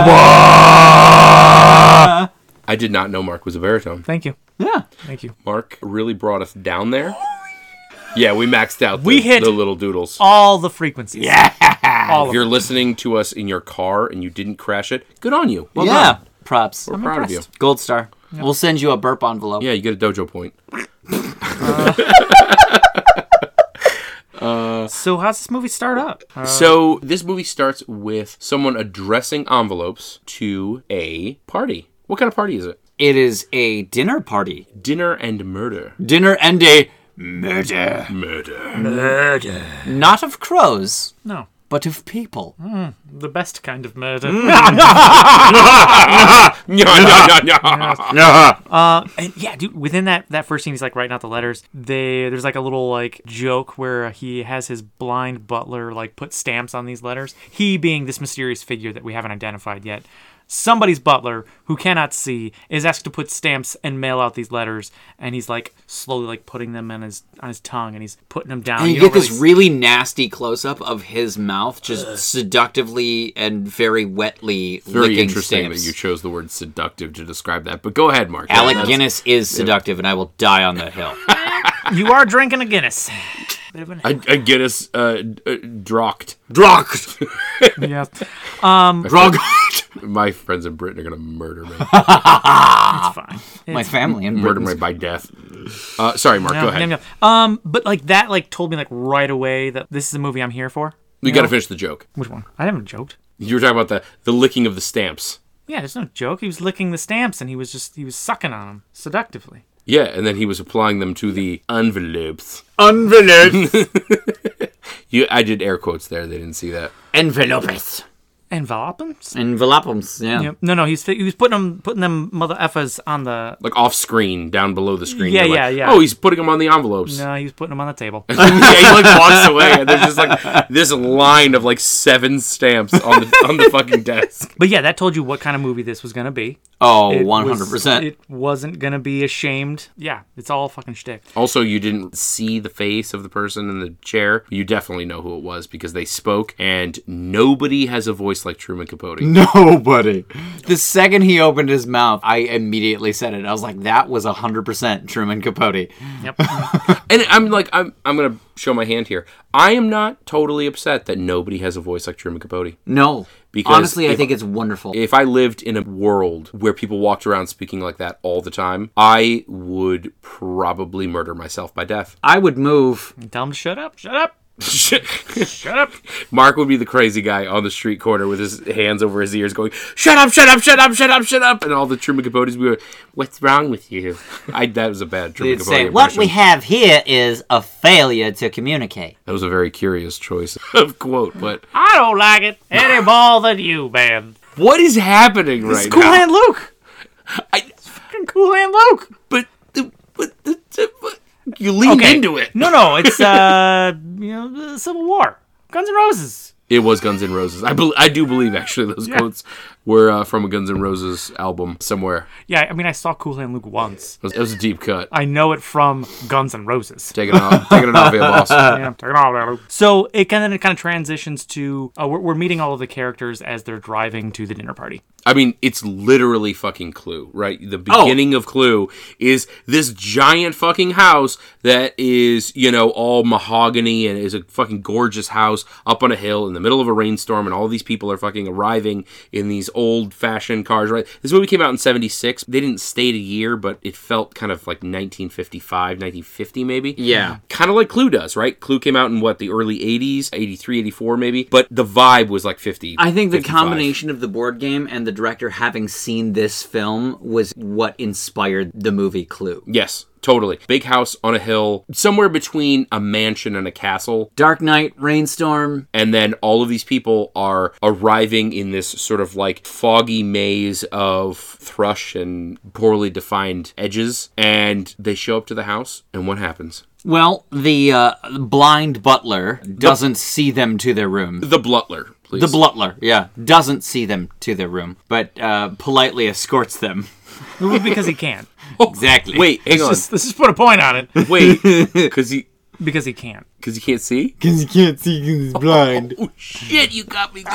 Uh, I did not know Mark was a baritone. Thank you. Yeah. Thank you. Mark really brought us down there. Yeah, we maxed out. The, We hit the little doodles. All the frequencies. Yeah. All of If you're them. listening to us in your car and you didn't crash it, good on you. Well Yeah. done. Props. We're proud of impressed. you. Gold star. We'll send you a burp envelope. Yeah, you get a dojo point. So how's this movie start up? Uh, so this movie starts with someone addressing envelopes to a party. What kind of party is it? It is a dinner party. Dinner and murder. Dinner and a murder. *laughs* Murder. Not of crows, no, but of people. Hmm. the best kind of murder. Uh, and yeah, dude. Within that that first scene, he's like writing out the letters. They there's like a little like joke where he has his blind butler like put stamps on these letters. He being this mysterious figure that we haven't identified yet. Somebody's butler who cannot see is asked to put stamps and mail out these letters, and he's like slowly like putting them on his on his tongue, and he's putting them down. And you, don't get this really really nasty close up of his mouth just seductively and very wetly Very licking interesting stamps. that you chose the word seductive to describe that. But go ahead, Mark. Alec That's- Guinness is seductive, and I will die on that hill. You are drinking a Guinness. *laughs* Bit of an- I, I Guinness uh, d- uh, drocked. Drocked! yeah. Drocked! *laughs* My friends in Britain are gonna murder me. Ah. It's fine. My family in murder Britain. me by death. Uh, sorry, Mark. go No, ahead. no, no. Um, but like that, like told me like right away that this is the movie I'm here for. We got to finish the joke. Which one? I haven't joked. You were talking about the the licking of the stamps. Yeah, there's no joke. He was licking the stamps and he was just he was sucking on them seductively. Yeah, and then he was applying them to the envelopes. Envelopes! You, I did air quotes there. They didn't see that. Envelopes! Envelopings. Envelopes, yeah. Yep. No, no, he's he was putting them putting them mother effers on the. Like off screen, down below the screen. Yeah, you're yeah, like, yeah. Oh, he's putting them on the envelopes. No, he was putting them on the table. *laughs* yeah, he like walks away, and there's just like this line of like seven stamps on the on the fucking desk. *laughs* but yeah, that told you what kind of movie this was gonna be. Oh, It was- 100%. it wasn't gonna be ashamed. Yeah, it's all fucking shtick. Also, you didn't see the face of the person in the chair. You definitely know who it was because they spoke, and nobody has a voice like Truman Capote. *laughs* Nobody. The second he opened his mouth, I immediately said it. I was like, that was 100% Truman Capote. Yep. And I'm like, I'm I'm gonna show my hand here. I am not totally upset that nobody has a voice like Truman Capote. No. Because Honestly, I if- think it's wonderful. If I lived in a world where people walked around speaking like that all the time, I would probably murder myself by death. *laughs* I would move. Tell him to shut up. Shut up. Shut up. Mark would be the crazy guy on the street corner with his hands over his ears going, Shut up, shut up, shut up, shut up, shut up. And all the Truman Capotes would be like, What's wrong with you? I, that was a bad Truman They'd Capote. say, What impression. we have here is a failure to communicate. That was a very curious choice of quote, but I don't like it any more than you, man. what is happening right Cool now? Hand Luke. I- Fucking Cool Hand Luke. but, the- but, the- the- but- you leaned into it. No, no, it's uh, *laughs* you know, the Civil War, Guns N' Roses. It was Guns N' Roses. I bel I do believe actually those quotes were uh, from a Guns N' Roses album somewhere. Yeah, I mean, I saw Cool Hand Luke once. It was, it was a deep cut. I know it from Guns N' Roses. Taking it off, taking it off, yeah, boss. Yeah, take it all out. So it kind of it kind of transitions to uh, we're, we're meeting all of the characters as they're driving to the dinner party. I mean, it's literally fucking Clue, right? The Oh. beginning of Clue is this giant fucking house that is, you know, all mahogany and is a fucking gorgeous house up on a hill in the middle of a rainstorm, and all these people are fucking arriving in these old fashioned cars, right? This movie came out in 76. They didn't state a year, but it felt kind of like 1955, 1950, maybe. Yeah. Kind of like Clue does, right? Clue came out in what, the early 80s, 83, 84, maybe? But the vibe was like 50. I think the 55. combination of the board game and the director having seen this film was what inspired the movie Clue. Yes, totally. Big house on a hill, somewhere between a mansion and a castle. Dark Knight, Rainstorm. And then all of these people are arriving in this sort of like foggy maze of thrush and poorly defined edges. And they show up to the house, and what happens? Well, the uh, blind butler doesn't see them to their room. The butler, please. The butler, yeah, doesn't see them to their room, but uh, politely escorts them. *laughs* because he can. Exactly. Wait, hang on. *laughs* Let's just, let's just put a point on it. Wait, because he Because he can. because he can't see. Because you can't see because he's blind. Oh shit, you got me good.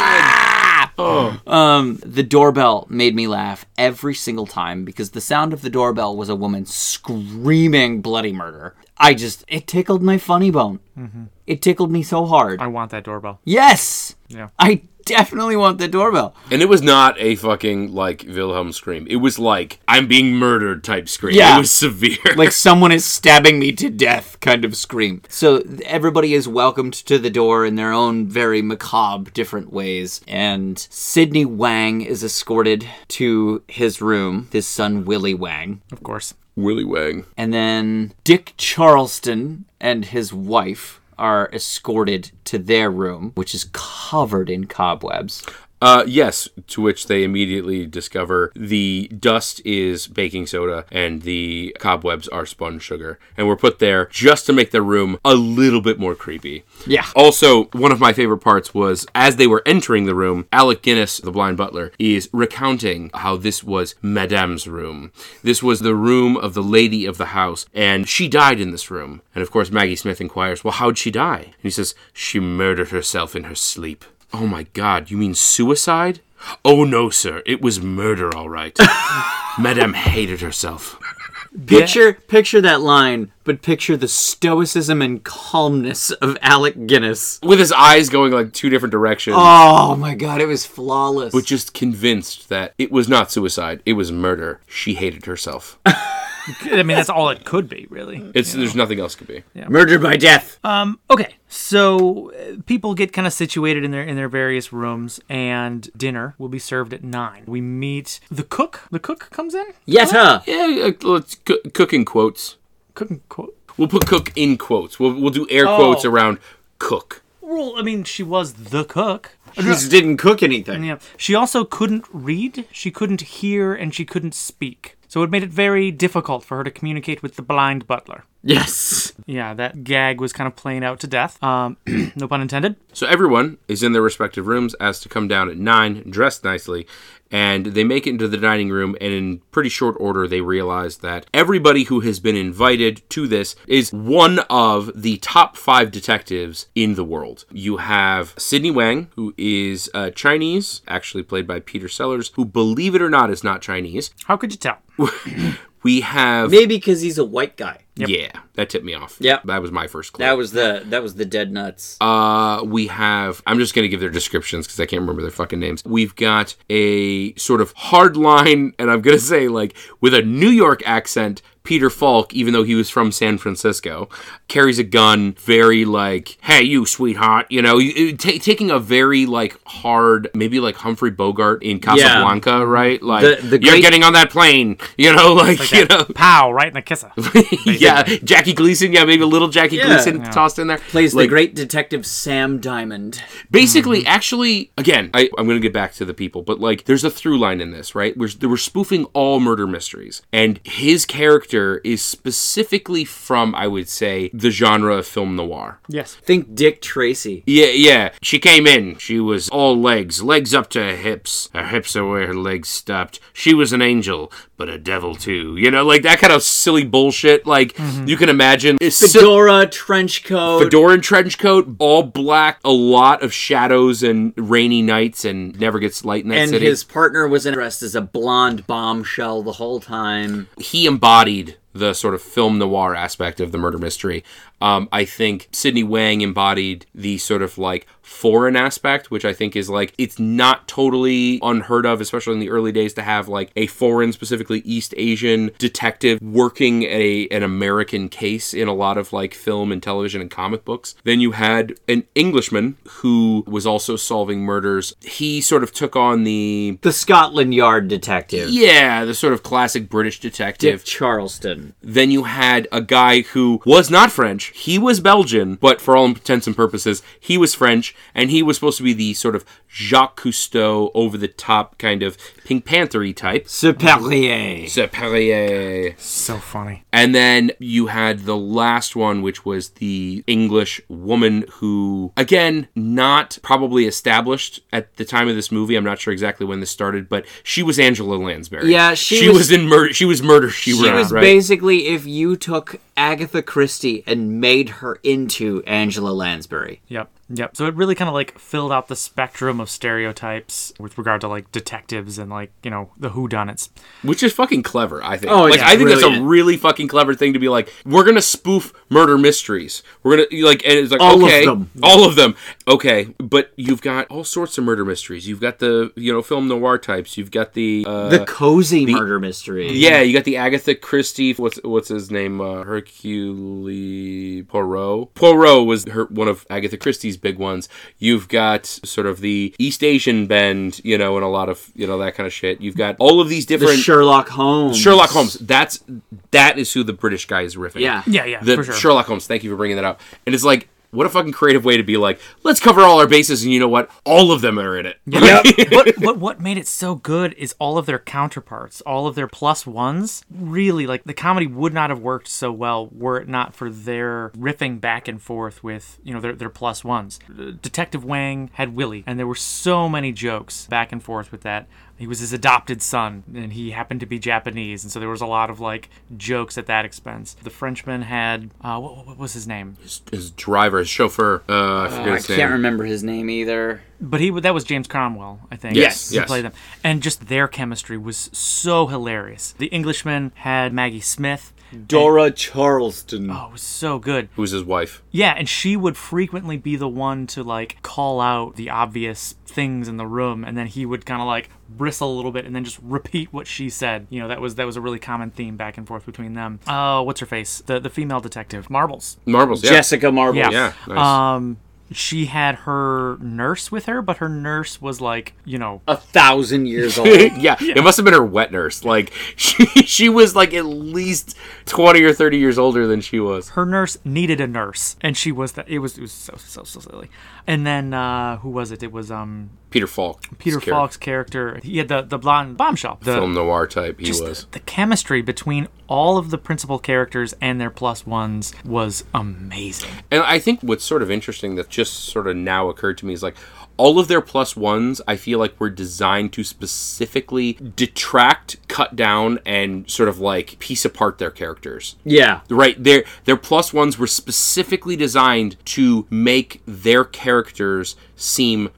Um, the doorbell made me laugh every single time because the sound of the doorbell was a woman screaming bloody murder. I just, it tickled my funny bone. Mm-hmm. It tickled me so hard. I want that doorbell. Yes! Yeah. I definitely want the doorbell. And it was not a fucking like Wilhelm scream. It was like I'm being murdered type scream. Yeah. it was severe. Like someone is stabbing me to death kind of scream. So th- everybody is welcomed to the door in their own very macabre different ways. And Sidney Wang is escorted to his room, his son Willie Wang. Of course. *laughs* Willy Wang. And then Dick Charleston and his wife are escorted to their room, which is covered in cobwebs. Uh, yes, to which they immediately discover the dust is baking soda and the cobwebs are spun sugar, and were put there just to make their room a little bit more creepy. Yeah. Also, one of my favorite parts was as they were entering the room, Alec Guinness, the blind butler, is recounting how this was Madame's room. This was the room of the lady of the house, and she died in this room. And of course, Maggie Smith inquires, Well, how'd she die? And he says, She murdered herself in her sleep. Oh my god, you mean suicide? Oh no, sir, it was murder, all right. *laughs* Madame hated herself. Picture picture that line, but picture the stoicism and calmness of Alec Guinness. With his eyes going like two different directions. Oh my god, it was flawless. but just convinced that it was not suicide, it was murder. She hated herself. I mean, that's all it could be, really. It's there's nothing else could be. murdered by death. Okay, so uh, people get kind of situated in their in their various rooms, and dinner will be served at nine. We meet the cook. The cook comes in. Yes, huh? Yeah, yeah, let's co- cook in quotes. Cook and quote. We'll put cook in quotes. We'll we'll do air quotes around cook. Well, I mean, she was the cook. She just didn't cook anything. Yeah. She also couldn't read, she couldn't hear, and she couldn't speak. So it made it very difficult for her to communicate with the blind butler. Yes. Yeah, that gag was kind of playing out to death. Um, *clears throat* no pun intended. So everyone is in their respective rooms, asked to come down at nine, dressed nicely, and they make it into the dining room. And in pretty short order, they realize that everybody who has been invited to this is one of the top five detectives in the world. You have Sidney Wang, who is uh, Chinese, actually played by Peter Sellers, who, believe it or not, is not Chinese. How could you *laughs* tell? We have Maybe because he's a white guy. Yeah, that tipped me off. Yep. That was my first clue. That was the that was the dead nuts. uh, we have, I'm just going to give their descriptions because I can't remember their fucking names. We've *laughs* got a sort of hard line, and I'm going to say, like, with a New York accent, Peter Falk, even though he was from San Francisco, carries a gun, very like, hey, you sweetheart, you know, you- you- ta taking a very like hard, maybe like Humphrey Bogart in Casablanca, right? Like, The- the you're great- getting on that plane, you know, *laughs* like, you know. Pow, right in the *laughs* kisser. yeah, Jackie Gleason. Yeah, maybe a little Jackie Yeah. Gleason tossed in there. Plays the Like, great detective Sam Diamond. Basically, actually, again, I, I'm going to get back to the people, but like, there's a through line in this, right? We're, they were spoofing all murder mysteries, and his character is specifically from, I would say, the genre of film noir. yes. Think Dick Tracy. Yeah, yeah. She came in. She was all legs, legs up to her hips. Her hips are where her legs stopped. She was an angel, but a devil too. You know, like that kind of silly bullshit. Like you can imagine. It's so- Fedora, trench coat. fedora and trench coat, all black, a lot of shadows and rainy nights, and never gets light in that and city. his partner was dressed as a blonde bombshell the whole time. he embodied the sort of film noir aspect of the murder mystery. Um, I think Sidney Wang embodied the sort of like foreign aspect, which I think is like it's not totally unheard of, especially in the early days, to have like a foreign, specifically East Asian detective working a an American case in a lot of like film and television and comic books. Then you had an Englishman who was also solving murders. He sort of took on the The Scotland Yard detective. yeah, the sort of classic British detective. Dick Charleston. Then you had a guy who was not French. He was Belgian, but for all intents and purposes, he was French, and he was supposed to be the sort of Jacques Cousteau over the top kind of Pink Panthery type. Superior. Perrier. So funny. And then you had the last one, which was the English woman who, again, not probably established at the time of this movie. I'm not sure exactly when this started, but she was Angela Lansbury. Yeah, she she was, was- in murder. She was murder. She, She Wrote, was right? basically if you took Agatha Christie and made her into Angela Lansbury. Yep. Yep. So it really kind of like filled out the spectrum of stereotypes with regard to like detectives and like, you know, the whodunits. which is fucking clever. I think. Oh, like yeah, I think that's a brilliant. really fucking clever thing to be like. We're gonna spoof murder mysteries. We're gonna like, and it's like All of okay, them. all of them. Okay, but you've got all sorts of murder mysteries. You've got the you know film noir types. You've got the uh, The cozy murder mystery. yeah, you got the Agatha Christie. What's what's his name? Uh, Hercule Poirot. Poirot was her, one of Agatha Christie's big ones. You've got sort of the East Asian bend, you know, and a lot of you know that kind of shit. You've got all of these The different Sherlock Holmes. Sherlock Holmes. That's that is who the British guy is riffing. Yeah. Yeah, yeah, The for sure. Sherlock Holmes. Thank you for bringing that up. And it's like, what a fucking creative way to be like, let's cover all our bases, and you know what? All of them are in it. but, but what made it so good is all of their counterparts, all of their plus ones. Really, like the comedy would not have worked so well were it not for their riffing back and forth with you know their, their plus ones. Uh, Detective Wang had Willie, and there were so many jokes back and forth with that. He was his adopted son, and he happened to be Japanese, and so there was a lot of like jokes at that expense. The Frenchman had uh, what, what was his name? *laughs* his driver, his chauffeur. Uh, I forget I his name. can't remember his name either. But he that was James Cromwell, I think. Yes, who yes. played them, and just their chemistry was so hilarious. The Englishman had Maggie Smith. Dora Charleston. Oh, it was so good. Who's his wife? Yeah, and she would frequently be the one to like call out the obvious things in the room, and then he would kind of like bristle a little bit, and then just repeat what she said. You know, that was that was a really common theme back and forth between them. Oh, what's her face? The the female detective, Marbles. Marbles. Yeah. Jessica Marbles. Yeah. Yeah. Nice. Um, she had her nurse with her, but her nurse was like, you know, A thousand *laughs* years *laughs* old. yeah, it must have been her wet nurse. Like *laughs* she, she was like at least twenty or thirty years older than she was. her nurse needed a nurse, and she was that. It was it was so so so silly. And then uh, who was it? It was um Peter Falk. Peter Scary. Falk's character. He had the the blonde bombshell. The, film noir type. He just was. the chemistry between all of the principal characters and their plus ones was amazing. And I think what's sort of interesting that just sort of now occurred to me is like all of their plus ones, I feel like were designed to specifically detract, cut down, and sort of like piece apart their characters. yeah. Right, their their plus ones were specifically designed to make their characters seem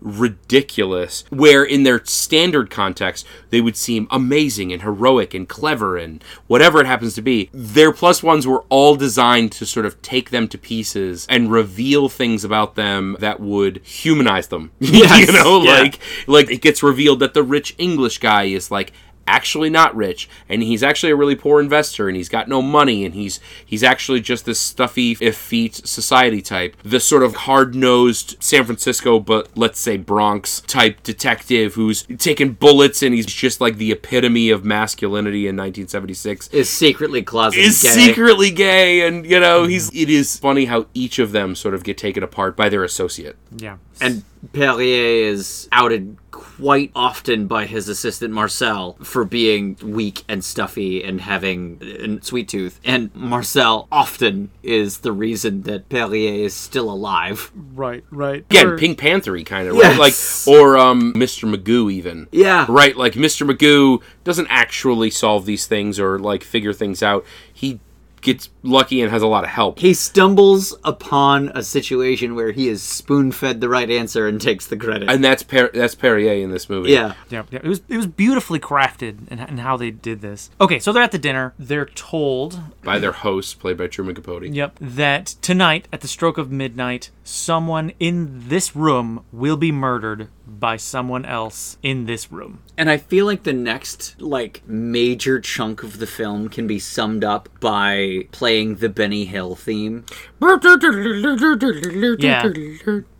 ridiculous, where in their standard context they would seem amazing and heroic and clever and whatever it happens to be. Their plus ones were all designed to sort of take them to pieces and reveal things about them that would humanize them. *laughs* you know, yeah. like like it gets revealed that the rich English guy is like actually not rich and he's actually a really poor investor and he's got no money and he's he's actually just this stuffy effete society type this sort of hard-nosed San Francisco but let's say Bronx type detective who's taking bullets and he's just like the epitome of masculinity in 1976 Is secretly closeted is gay. secretly gay and you know he's it is funny how each of them sort of get taken apart by their associate Yeah. And Perrier is outed quite often by his assistant Marcel for being weak and stuffy and having a sweet tooth. And Marcel often is the reason that Perrier is still alive. right, right. again Or- pink panthery kind of right Yes. like or um mr magoo even Yeah. right like mr magoo doesn't actually solve these things or like figure things out he gets lucky and has a lot of help He stumbles upon a situation where he is spoon fed the right answer and takes the credit. and that's per- that's perrier in this movie yeah. Yeah, yeah. It was it was beautifully crafted and, and how they did this. Okay, so they're at the dinner. They're told, by their host played by truman capote yep, that tonight at the stroke of midnight, someone in this room will be murdered by someone else in this room. And I feel like the next like major chunk of the film can be summed up by playing the Benny Hill theme. Yeah.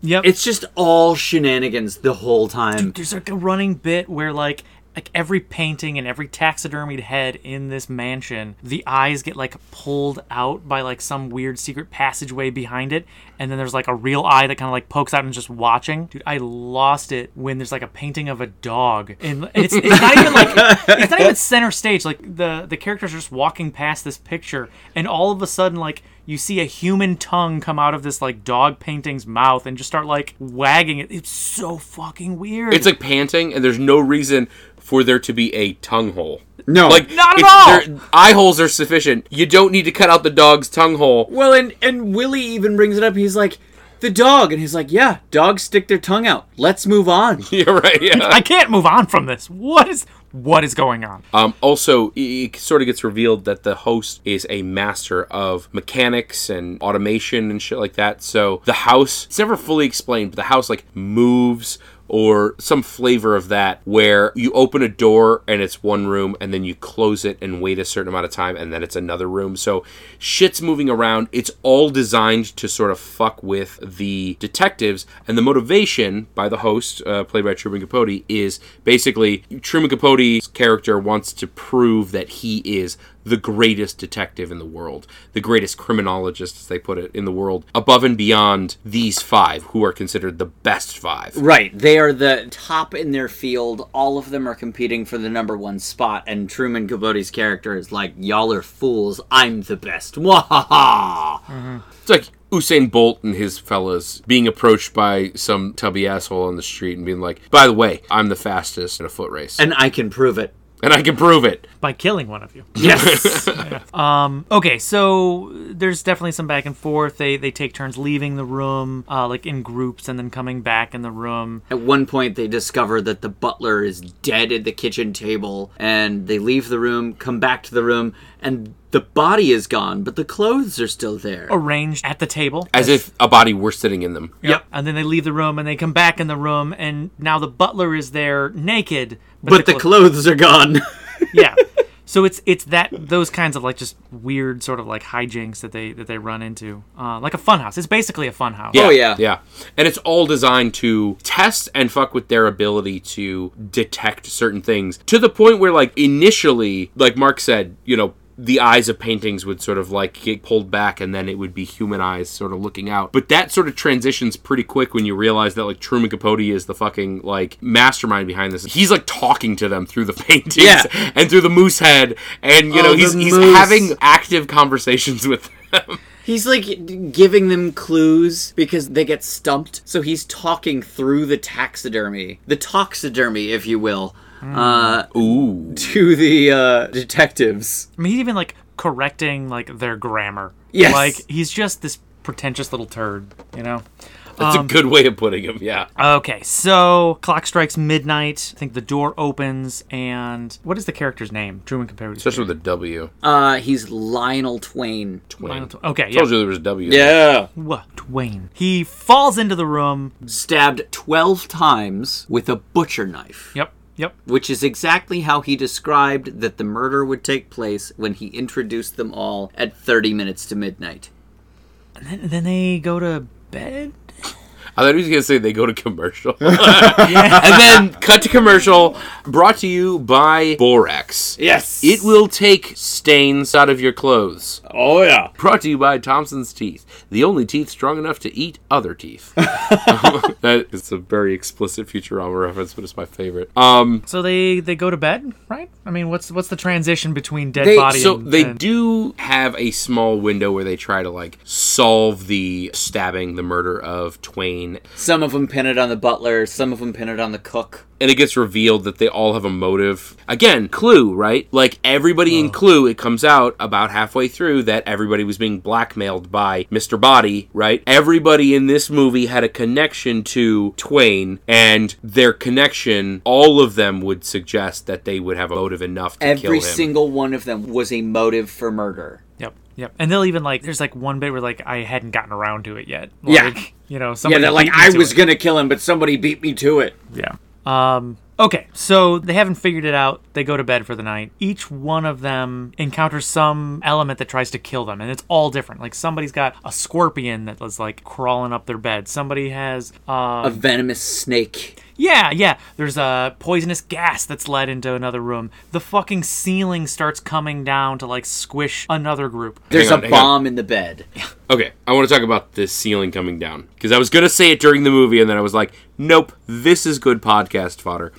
Yep. It's just all shenanigans the whole time. there's like a running bit where like like every painting and every taxidermied head in this mansion, the eyes get like pulled out by like some weird secret passageway behind it, and then there's like a real eye that kind of like pokes out and is just watching. Dude, I lost it when there's like a painting of a dog, and it's, it's not even like it's not even center stage. Like the the characters are just walking past this picture, and all of a sudden like you see a human tongue come out of this like dog painting's mouth and just start like wagging it. It's so fucking weird. it's like panting and there's no reason for there to be a tongue hole No. like Not at it's- all! there- eye holes are sufficient you don't need to cut out the dog's tongue hole Well, and and Willie even brings it up. He's like, the dog, and he's like, yeah, dogs stick their tongue out. Let's move on. you're right *laughs* yeah I can't move on from this. What is what is going on? Um, also, it, it sort of gets revealed that the host is a master of mechanics and automation and shit like that. So the house, it's never fully explained, but the house like moves or some flavor of that where you open a door and it's one room and then you close it and wait a certain amount of time and then it's another room. So shit's moving around. It's all designed to sort of fuck with the detectives and the motivation by the host uh, played by Truman Capote is basically Truman Capote's character wants to prove that he is the greatest detective in the world, the greatest criminologist, as they put it, in the world, above and beyond these five, who are considered the best five. Right, they are the top in their field. All of them are competing for the number one spot, and Truman Capote's character is like, "Y'all are fools. I'm the best." Wahaha! It's like Usain Bolt and his fellas being approached by some tubby asshole on the street and being like, by the way, I'm the fastest in a foot race. And, And I can prove it. I can prove it. By killing one of you. *laughs* Yes. Um, Okay, so there's definitely some back and forth. They they take turns leaving the room, uh, like in groups, and then coming back in the room. At one point, they discover that the butler is dead at the kitchen table, and they leave the room, come back to the room, and the body is gone, but the clothes are still there. Arranged at the table. As if a body were sitting in them. Yep. And then they leave the room and they come back in the room, and now the butler is there naked. But the clo- clothes are gone. *laughs* yeah. So it's it's that those kinds of like just weird sort of like hijinks that they that they run into, uh, like a funhouse. It's basically a funhouse. Oh, yeah. Yeah. And it's all designed to test and fuck with their ability to detect certain things to the point where, like, initially, like Mark said, you know, the eyes of paintings would sort of like get pulled back and then it would be human eyes sort of looking out. But that sort of transitions pretty quick when you realize that like Truman Capote is the fucking like mastermind behind this. He's like talking to them through the *laughs* paintings Yeah. and through the moose head and you Oh, know the he's he's moose. having active conversations with them. He's like giving them clues because they get stumped. So he's talking through the taxidermy, the toxidermy, if you will, uh, Ooh. to the uh, detectives. I mean, he's even like correcting like their grammar. Yes. Like he's just this pretentious little turd, you know. That's a good way of putting him, yeah. Okay, so clock strikes midnight. I think the door opens, and what is the character's name? Truman compared to Especially with a W. Uh, he's Lionel Twain. Twain. Okay, yeah, Told you there was a W. Yeah. Wha- Twain. He falls into the room. Stabbed 12 times with a butcher knife. Yep. Yep. which is exactly how he described that the murder would take place when he introduced them all at 30 minutes to midnight. And then, then they go to bed. I thought he was going to say they go to commercial. And then cut to commercial, brought to you by Borax. Yes. It will take stains out of your clothes. Oh yeah. Brought to you by Thompson's Teeth, the only teeth strong enough to eat other *laughs* teeth. *laughs* that is a very explicit Futurama reference, but it's my favorite. Um, So they they go to bed, right? I mean, what's what's the transition between dead they, body? so and, they and- do have a small window where they try to like solve the stabbing, the murder of Twain, Some of them pin it on the butler, some of them pin it on the cook. and it gets revealed that they all have a motive. Again, Clue, right? Like everybody in Clue, it comes out about halfway through that everybody was being blackmailed by Mr. Body, right? Everybody in this movie had a connection to Twain, and their connection, all of them would suggest that they would have a motive enough to kill Every him. single one of them was a motive for murder. Yep. Yep. And they'll even like there's like one bit where like I hadn't gotten around to it yet. Yeah. Like, You know, somebody beat me to it. gonna kill him, but somebody beat me to it. Yeah. Um, okay, so they haven't figured it out. They go to bed for the night. Each one of them encounters some element that tries to kill them, and it's all different. Like somebody's got a scorpion that was like crawling up their bed. Somebody has, uh, Um, A venomous snake. yeah, yeah. There's a poisonous gas that's led into another room. The fucking ceiling starts coming down to like squish another group. There's on, a hang on. bomb in the bed. Okay, I want to talk about this ceiling coming down because I was gonna say it during the movie, and then I was like, "Nope, this is good podcast fodder."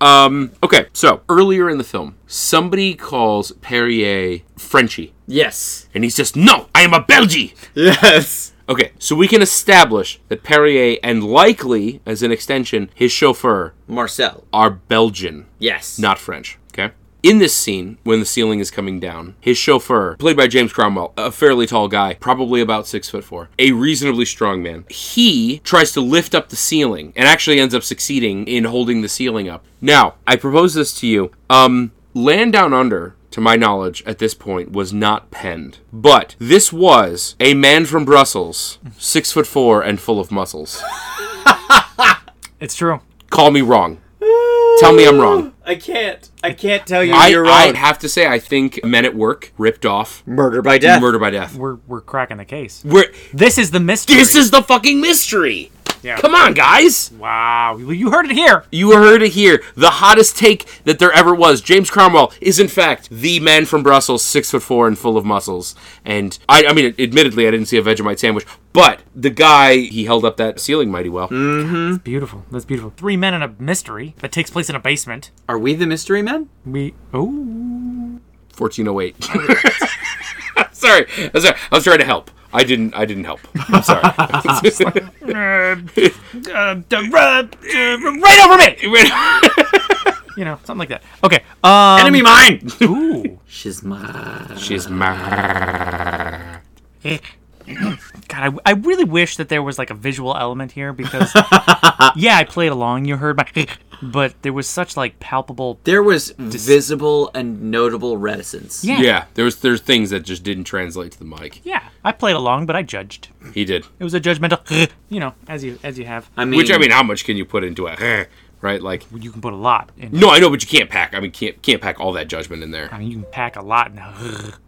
um, okay, so earlier in the film, somebody calls Perrier Frenchie, Yes. and he's just, "No, I am a Belgie." Yes. Okay, so we can establish that Perrier and likely, as an extension, his chauffeur Marcel. are Belgian Yes. not French. Okay. In this scene, when the ceiling is coming down, his chauffeur, played by James Cromwell, a fairly tall guy, probably about six foot four, a reasonably strong man, he tries to lift up the ceiling and actually ends up succeeding in holding the ceiling up. Now, I propose this to you. Um, Land Down Under, to my knowledge, at this point, was not penned, but this was a man from Brussels, six foot four and full of muscles. It's true. Call me wrong. Tell me I'm wrong. I can't. I can't tell you I, I have to say, I think Men at Work ripped off Murder by death. Murder by Death. We're we're cracking the case. We're, This is the mystery. this is the fucking mystery. Yeah. Come on, guys. wow. Well, you heard it here. You heard it here. The hottest take that there ever was. James Cromwell is, in fact, the man from Brussels, six foot four and full of muscles. And I, I mean, admittedly, I didn't see a Vegemite sandwich, but the guy, he held up that ceiling mighty well. Mm. Beautiful. That's beautiful. Three men in a mystery that takes place in a basement. Are we the mystery men? We oh. 1408. *laughs* sorry. I'm sorry. I was trying to help. I didn't. I didn't help. I'm *laughs* sorry. Uh, *laughs* right over me. *laughs* You know, something like that. Okay. Um, Enemy mine. *laughs* Ooh. Shizma. She's mad. *clears throat* God, I, I really wish that there was like a visual element *laughs* here because, yeah, I played along. You heard my, *clears throat* but there was such like palpable. There was visible and notable reticence. Yeah. Yeah, there's there's things that just didn't translate to the mic. Yeah, I played along, but I judged. He did. It was a judgmental, *clears throat* you know, as you as you have. I mean, Which I mean, how much can you put into a eh, right? Like, You can put a lot. In, no, I know, but you can't pack. I mean, can't can't pack all that judgment in there. I mean, you can pack a lot. In,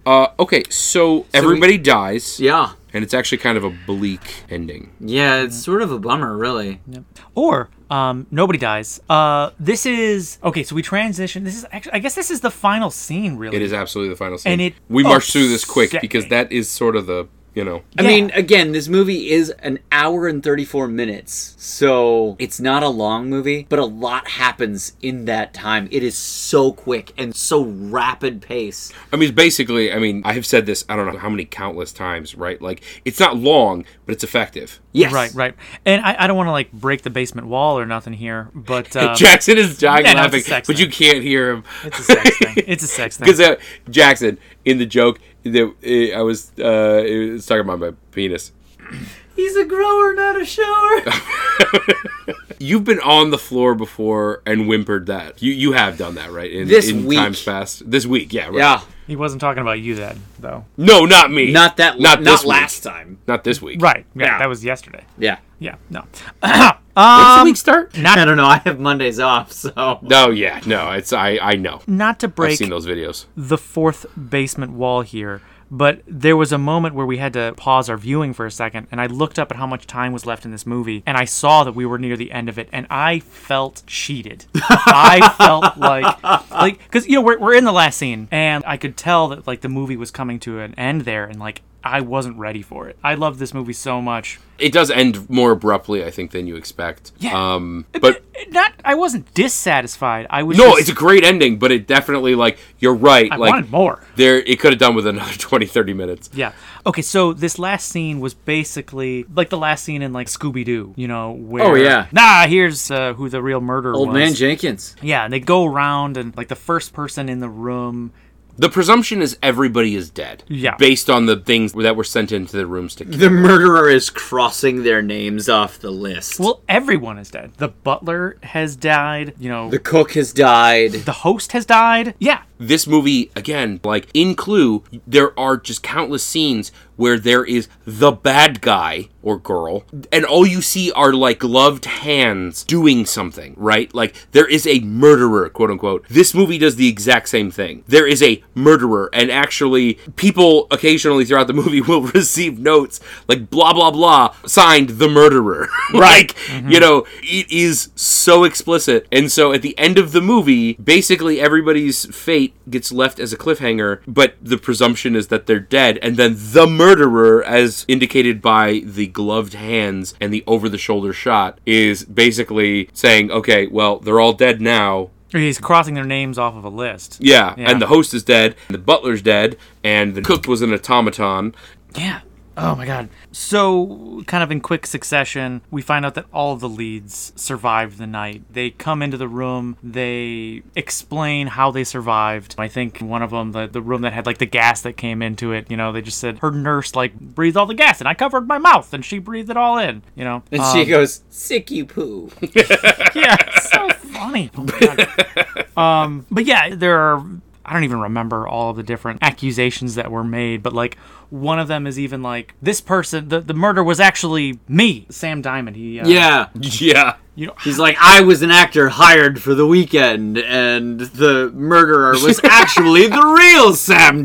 Uh, okay, so everybody dies, Yeah. and it's actually kind of a bleak ending. Yeah, it's sort of a bummer, really. *clears throat* or um, nobody dies. Uh, this is okay. So we transition. This is actually, I guess, this is the final scene. Really, It is absolutely the final scene. And it we march through this quick upset because me. that is sort of the you know. I Yeah. mean, again, this movie is an hour and 34 minutes, so it's not a long movie, but a lot happens in that time. It is so quick and so rapid pace. I mean, basically, I mean, I have said this. I don't know how many countless times, right? Like, it's not long, but it's effective. Yes. Right, right. And I, I don't want to like break the basement wall or nothing here, *laughs* but um, Jackson is dying yeah, no, it's a laughing, sex but you can't hear him. it's a sex thing. It's a *laughs* sex thing. because uh, Jackson in the joke that uh, I was uh, it was talking about my penis. He's a grower, not a *laughs* shower. You've been on the floor before and whimpered that. You you have done that right in, This in week. times past. This week, yeah, right. yeah. He wasn't talking about you then, though. No, not me. Not that Not not, this week. last time. Not this week. Right. Yeah, Yeah. That was yesterday. Yeah. Yeah. No. What's the week start? I don't know. I have Mondays off, so No, yeah, no. It's I. I know. Not to I've break seen those videos. the fourth basement wall here, but there was a moment where we had to pause our viewing for a second, and I looked up at how much time was left in this movie, and I saw that we were near the end of it, and I felt *laughs* cheated. I felt like, like, because you know we're we're in the last scene, and I could tell that like the movie was coming to an end there, and like I wasn't ready for it. I love this movie so much. It does end more abruptly, I think, than you expect. Yeah. Um, but Not, I wasn't dissatisfied. I was no, just- it's a great ending, but it definitely like you're right. I like wanted more. there, it could have done with another *laughs* 20, 30 minutes. Yeah. Okay, so this last scene was basically like the last scene in like Scooby Doo, you know, where Oh, yeah. nah, here's uh, who the real murderer old was. man Jenkins. yeah, and they go around and like the first person in the room. The presumption is everybody is dead. Yeah. Based on the things that were sent into the rooms to kill. The murderer is crossing their names off the list. Well, everyone is dead. The butler has died. You know, the the, cook has died. host has died. Yeah, This movie, again, like in Clue, there are just countless scenes where there is the bad guy or girl, and all you see are like gloved hands doing something, right? Like there is a murderer, quote unquote. This movie does the exact same thing. There is a murderer, and actually, people occasionally throughout the *laughs* movie will receive notes like blah, blah, blah, signed the murderer. *laughs* like, you know, it is so explicit. And so at the end of the movie, basically everybody's fate gets left as a cliffhanger, but the presumption is that they're dead. And then the murderer, as indicated by the gloved hands and the over the shoulder shot, is basically saying, okay, well, they're all dead now. he's crossing their names off of a list. Yeah, Yeah. and the host is dead, and the butler's dead, and the cook was an automaton. *laughs* Yeah. Oh my god. So, kind of in quick succession, we find out that all of the leads survived the night. They come into the room, they explain how they survived. I think one of them, the, the room that had like the gas that came into it, you know, they just said her nurse like breathed all the gas and I covered my mouth and she breathed it all in, you know. and Um, she goes, sick you poo. yeah, it's so funny. Oh my God. *laughs* um, but yeah, there are. I don't even remember all of the different accusations that were made, but like one of them is even like this person, the, the murder was actually me, Sam Diamond. He uh, Yeah. Yeah. you know, He's like, I was an actor hired for the weekend, and the murderer was actually the real Sam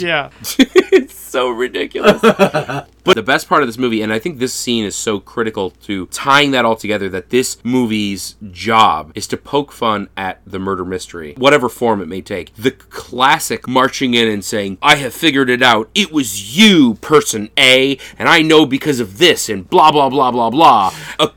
*laughs* yeah, *laughs* so ridiculous. but the best part of this movie, and I think this scene is so critical to tying that all together, that this movie's job is to poke fun at the murder mystery, whatever form it may take. The classic marching in and saying, I have figured it out. It was you, person A, and I know because of this, and blah, blah, blah, blah, blah.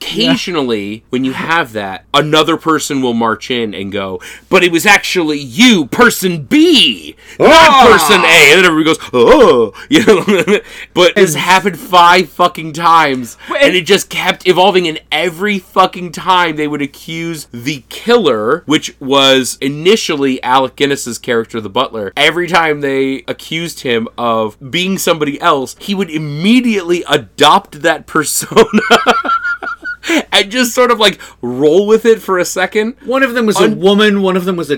Occasionally, when you have that, another person will march in and go, but it was actually you, person B, not person A. And then everybody goes, oh, *laughs* you know. but this happened five fucking times, and it just kept evolving. And every fucking time they would accuse the killer, which was initially Alec Guinness's character, the butler. Every time they accused him of being somebody else, he would immediately adopt that *laughs* persona. And just sort of like roll with it for a second One of them was a woman, one of them was a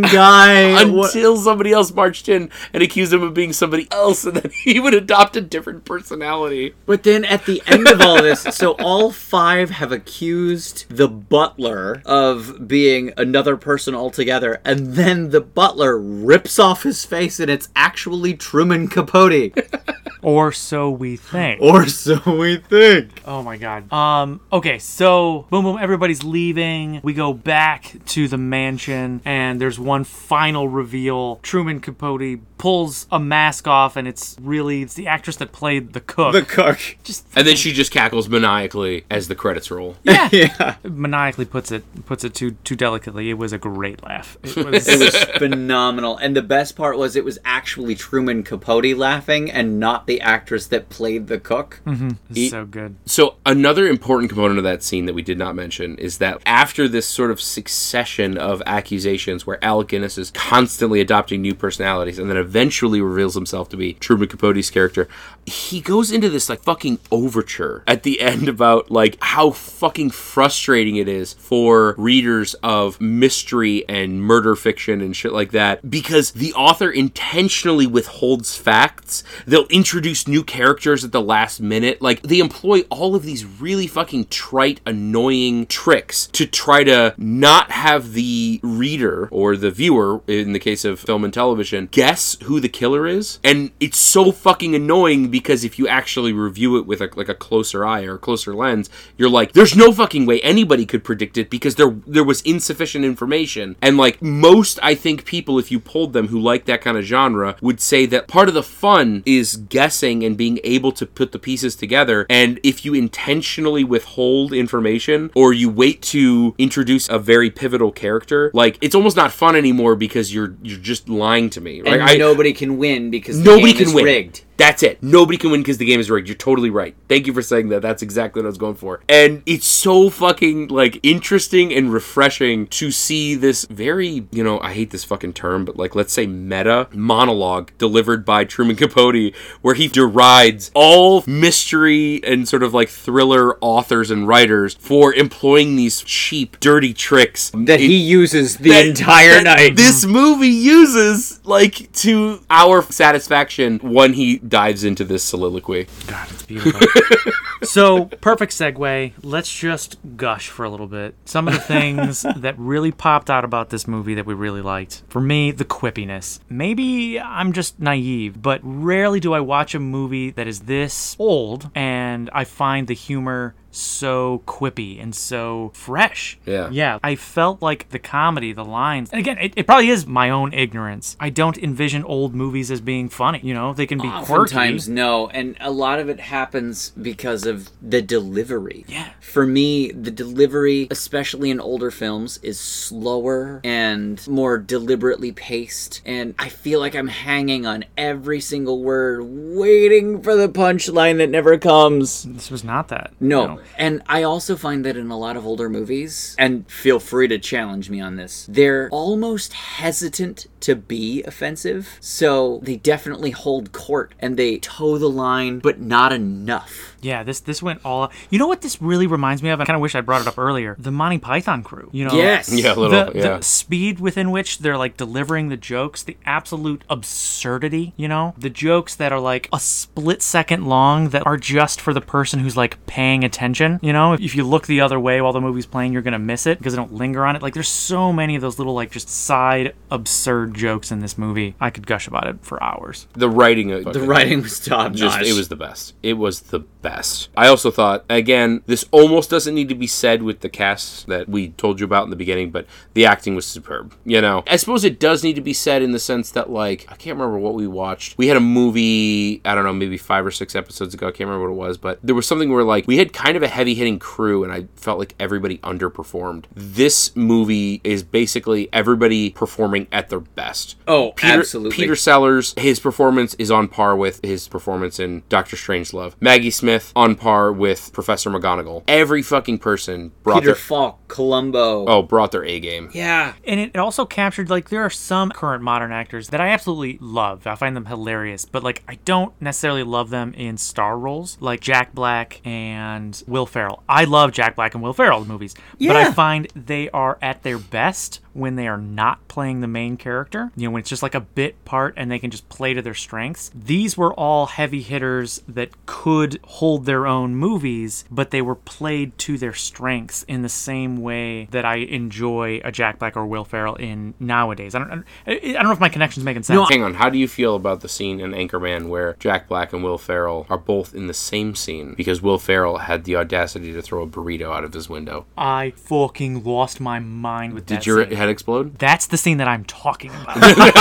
*laughs* guy. Wha- until somebody else marched in and accused him of being somebody else, and then *laughs* he would adopt a different personality. But then at the end of all this, so all five have accused the butler of being another person altogether, and then the butler rips off his face, and it's actually Truman Capote. *laughs* or so we think. or so we think. Oh my god. Um. Okay. So boom, boom. Everybody's leaving. We go back to the mansion, and there's one final reveal. Truman Capote pulls a mask off, and it's really it's the actress that played the cook. cook. Just And then she just cackles maniacally as the credits roll. *laughs* yeah. Yeah. maniacally puts it puts it too too delicately. It was a great laugh. It was- *laughs* It was phenomenal. And the best part was it was actually Truman Capote laughing and not the actress that played the cook. Mm-hmm. it's so good. So, another important component of that scene that we did not mention is that after this sort of succession of accusations where Alec Guinness is constantly adopting new personalities, and then eventually reveals himself to be Truman Capote's character, he goes into this like fucking overture at the end about like how fucking frustrating it is for readers of mystery and murder fiction and shit like that because the author intentionally withholds facts. They'll introduce new characters at the last minute. Like they employ all of these really fucking trite, annoying tricks to try to not have the reader or the viewer, in the case of film and television, guess who the killer is. And it's so fucking annoying because if you actually review it with a, like a closer eye or a closer lens, you're like, there's no fucking way anybody could predict it because there there was insufficient information. And like most, I think people, if you polled them who like that kind of genre, would say that part of the fun is guessing and being able to put the pieces together. And if you intentionally withhold information or you wait to introduce a very pivotal character, like it's almost not fun anymore because you're you're just lying to me. Right? And I- nobody can win because the Nobody game can is win. rigged. That's it. Nobody can win because the game is rigged. You're totally right. Thank you for saying that. That's exactly what I was going for. And it's so fucking like interesting and refreshing to see this very, you know, I hate this fucking term, but like let's say meta monologue delivered by Truman Capote, where he derides all mystery and sort of like thriller authors and writers for employing these cheap, dirty tricks that he uses the that- entire that night. This movie uses like to our satisfaction when he dives into this soliloquy. God, it's beautiful. *laughs* so, perfect segue. Let's just gush for a little bit. Some of the things that really popped out about this movie that we really liked. For me, the quippiness. Maybe I'm just naive, but rarely do I watch a movie that is this old and I find the humor so quippy and so fresh. Yeah. Yeah. I felt like the comedy, the lines. And again, it, it probably is my own ignorance. I don't envision old movies as being funny. You know, they can be quirky. Oftentimes, no, and a lot of it happens because of the delivery. Yeah. For me, the delivery, especially in older films, is slower and more deliberately paced, and I feel like I'm hanging on every single word, waiting for the punchline that never comes. This was not that. No. you know? And I also find that in a lot of older movies, and feel free to challenge me on this, they're almost hesitant to be offensive. So they definitely hold court and they toe the line, but not enough. *laughs* Yeah, this this went all. You know what this really reminds me of? I kind of wish I brought it up earlier. The Monty Python crew. You know. Yes. Yeah, a The, little. yeah. the speed within which they're like delivering the jokes, the absolute absurdity, you know? The jokes that are like a split second long that are just for the person who's like paying attention, you know? If you look the other way while the movie's playing, you're gonna miss it because they don't linger on it. Like, there's so many of those little, like, just side absurd jokes in this movie. I could gush about it for hours. the writing. Of, The writing was top Just, notch. it was the best. It was the best. I also thought, again, this almost doesn't need to be said with the cast that we told you about in the beginning, but the acting was superb. You know, I suppose it does need to be said in the sense that, like, I can't remember what we watched. We had a movie, I don't know, maybe five or six episodes ago. I can't remember what it was, but there was something where, like, we had kind of a heavy hitting crew, and I felt like everybody underperformed. This movie is basically everybody performing at their best. Oh, Peter, absolutely. Peter Sellers, his performance is on par with his performance in Doctor Strangelove. Maggie Smith on par with Professor McGonagall. Every fucking person brought Peter their Falk, Columbo. oh brought their A game. Yeah. And it also captured like there are some current modern actors that I absolutely love. I find them hilarious, but like I don't necessarily love them in star roles, like Jack Black and Will Ferrell. I love Jack Black and Will Ferrell the movies, but I Yeah. find they are at their best when they are not playing the main character. You know, when it's just like a bit part and they can just play to their strengths. These were all heavy hitters that could hold their own movies, but they were played to their strengths in the same way that I enjoy a Jack Black or Will Ferrell in nowadays. I don't, I I don't know if my connection's making sense. Hang on, how do you feel about the scene in Anchorman where Jack Black and Will Ferrell are both in the same scene because Will Ferrell had the audacity to throw a burrito out of his window? I fucking lost my mind with that. Did your scene. head explode? That's the scene that *laughs* I'm talking about.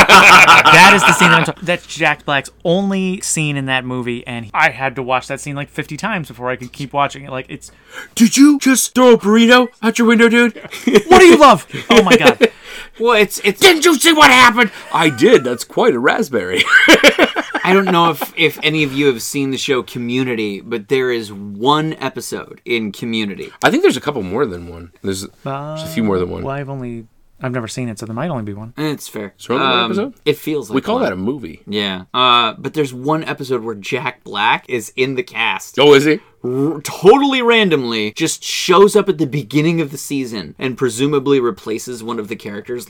that is the scene that I'm talking. That's Jack Black's only scene in that movie, and I had to watch that scene like 50 times before I could keep watching it. Like it's, Did you just throw a burrito out your window, dude? *laughs* what do you love? Oh my god! well, it's it's. Didn't you see what happened? I did. That's quite a raspberry. *laughs* I don't know if, if any of you have seen the show Community, but there is one episode in Community. I think there's a couple more than one. There's, there's a few more than one. Well, I've only I've never seen it, so there might only be one. It's fair. Um, there only one episode? It feels like We call one. that a movie. Yeah. Uh, but there's one episode where Jack Black is in the cast. Oh, is he? R- totally randomly, just shows up at the beginning of the season and presumably replaces one of the characters,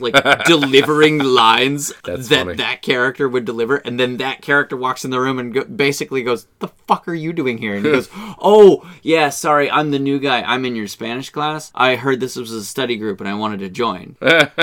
*laughs* like delivering lines That's that funny. that character would deliver. And then that character walks in the room and go- basically goes, The fuck are you doing here? And *laughs* he goes, Oh, yeah, sorry, I'm the new guy. I'm in your Spanish class. I heard this was a study group and I wanted *laughs* to join.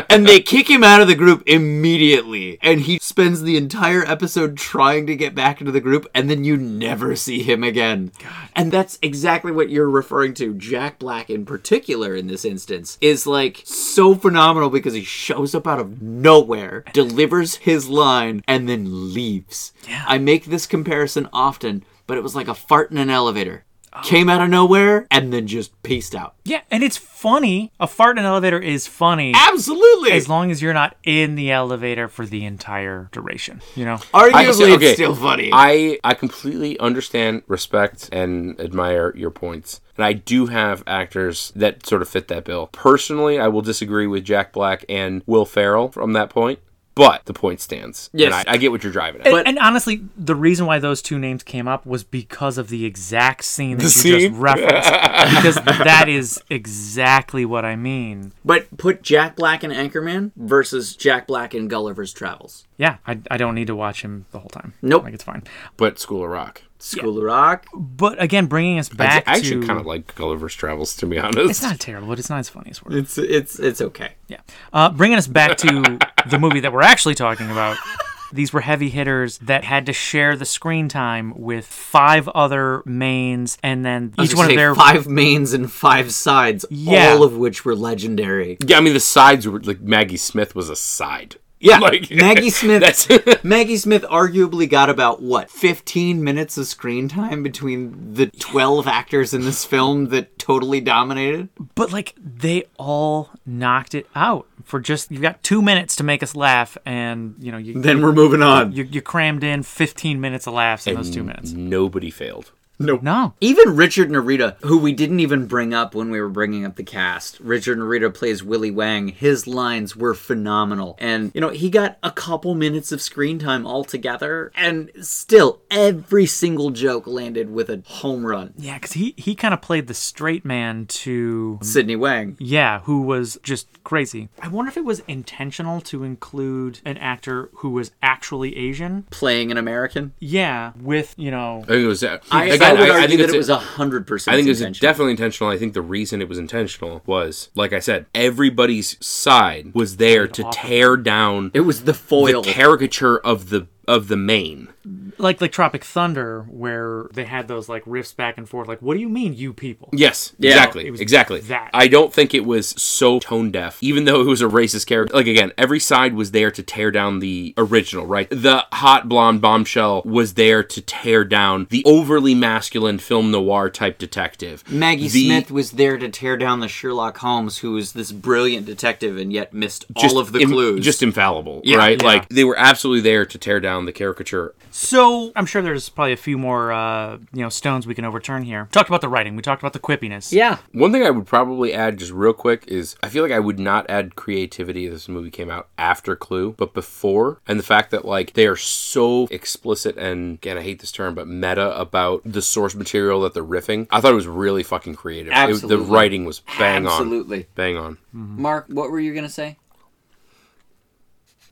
And they kick him out of the group immediately. And he spends the entire episode trying to get back into the group, and then you never see him again. And that's exactly what you're referring to. Jack Black, in particular, in this instance, is like so phenomenal because he shows up out of nowhere, delivers his line, and then leaves. I make this comparison often, but it was like a fart in an elevator. Came out of nowhere and then just peaced out. Yeah, and it's funny. A fart in an elevator is funny. Absolutely. As long as you're not in the elevator for the entire duration, you know? Arguably, I- so, okay. it's still funny. I I completely understand, respect, and admire your points. And I do have actors that sort of fit that bill. Personally, I will disagree with Jack Black and Will Ferrell from that point, but the point stands. Yes. And I, I get what you're driving at. And- and honestly, the reason why those two names came up was because of the exact scene that you scene? *laughs* just referenced. because that is exactly what I mean. But put Jack Black in Anchorman versus Jack Black in Gulliver's Travels. Yeah, I, I don't need to watch him the whole time. Nope. Like, it's fine. but School of Rock. School of Rock. But again, bringing us I back d- I actually to. kind of like Gulliver's Travels, to be honest. it's not terrible, but it's not as funny as we're. It's it's it's okay. Yeah. Uh, bringing us back to the movie that we're actually talking about. These were heavy hitters that had to share the screen time with five other mains, and then each one of their five mains and five sides, Yeah. all of which were legendary. Yeah, I mean the sides were like Maggie Smith was a side. *laughs* Yeah, Like- *laughs* Maggie That's- Smith. Maggie Smith arguably got about what fifteen minutes of screen time between the twelve actors in this film that totally dominated. but like they all knocked it out for just you've got two minutes to make us laugh, and you know you Then we're moving on. you, you crammed in fifteen minutes of laughs in those two minutes. Nobody failed. No, Even Richard Narita, who we didn't even bring up when we were bringing up the cast, Richard Narita plays Willy Wang. His lines were phenomenal. And, you know, he got a couple minutes of screen time altogether, and still, every single joke landed with a home run. yeah, because he he kind of played the straight man to Sidney Wang. Yeah, who was just crazy. I wonder if it was intentional to include an actor who was actually Asian. Playing an American. Yeah, with, you know, I think it was. I, I, again, I- I would I argue think that it's it was a- 100% I think it was intentional. definitely intentional. I think the reason it was intentional was, like I said, everybody's side was there to tear down it was the the foil. caricature of the of the main. like like Tropic Thunder where they had those like riffs back and forth like what do you mean you people? Yes, Yeah. exactly, was exactly. that. I don't think it was so tone deaf, even though it was a racist character. Like again, every side was there to tear down the original, right? The hot blonde bombshell was there to tear down the overly masculine film noir type detective. Maggie The- Smith was there to tear down the Sherlock Holmes, who was this brilliant detective and yet missed all of the im- clues. just infallible, right? Like they were absolutely there to tear down the caricature. So, I'm sure there's probably a few more uh, you know, stones we can overturn here. Talked about the writing, we talked about the quippiness. yeah. One thing I would probably add, just real quick, is I feel like I would not add creativity. if This movie came out after Clue, but before, and the fact that like they are so explicit and again, I hate this term, but meta about the source material that they're riffing. I thought it was really fucking creative. It- Absolutely. the writing was bang on, Absolutely. bang on. Mark, what were you going to say?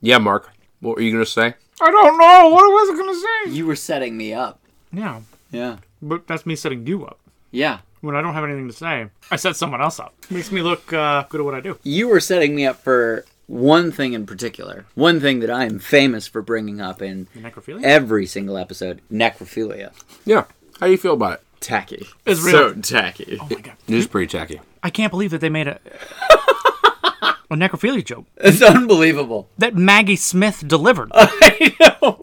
Yeah, Mark, what were you gonna say? I don't know what was I going to say. You were setting me up. Yeah, Yeah. but that's me setting you up. Yeah. When I don't have anything to say, I set someone else up. Makes me look uh, good at what I do. You were setting me up for one thing in particular. One thing that I am famous for bringing up in Necrophilia? every single episode necrophilia. Yeah, how do you feel about it? Tacky. It's real. So tacky. It is pretty tacky. Oh I can't believe that they made a *laughs* a necrophilia joke *laughs* It's unbelievable. that Maggie Smith *laughs* delivered.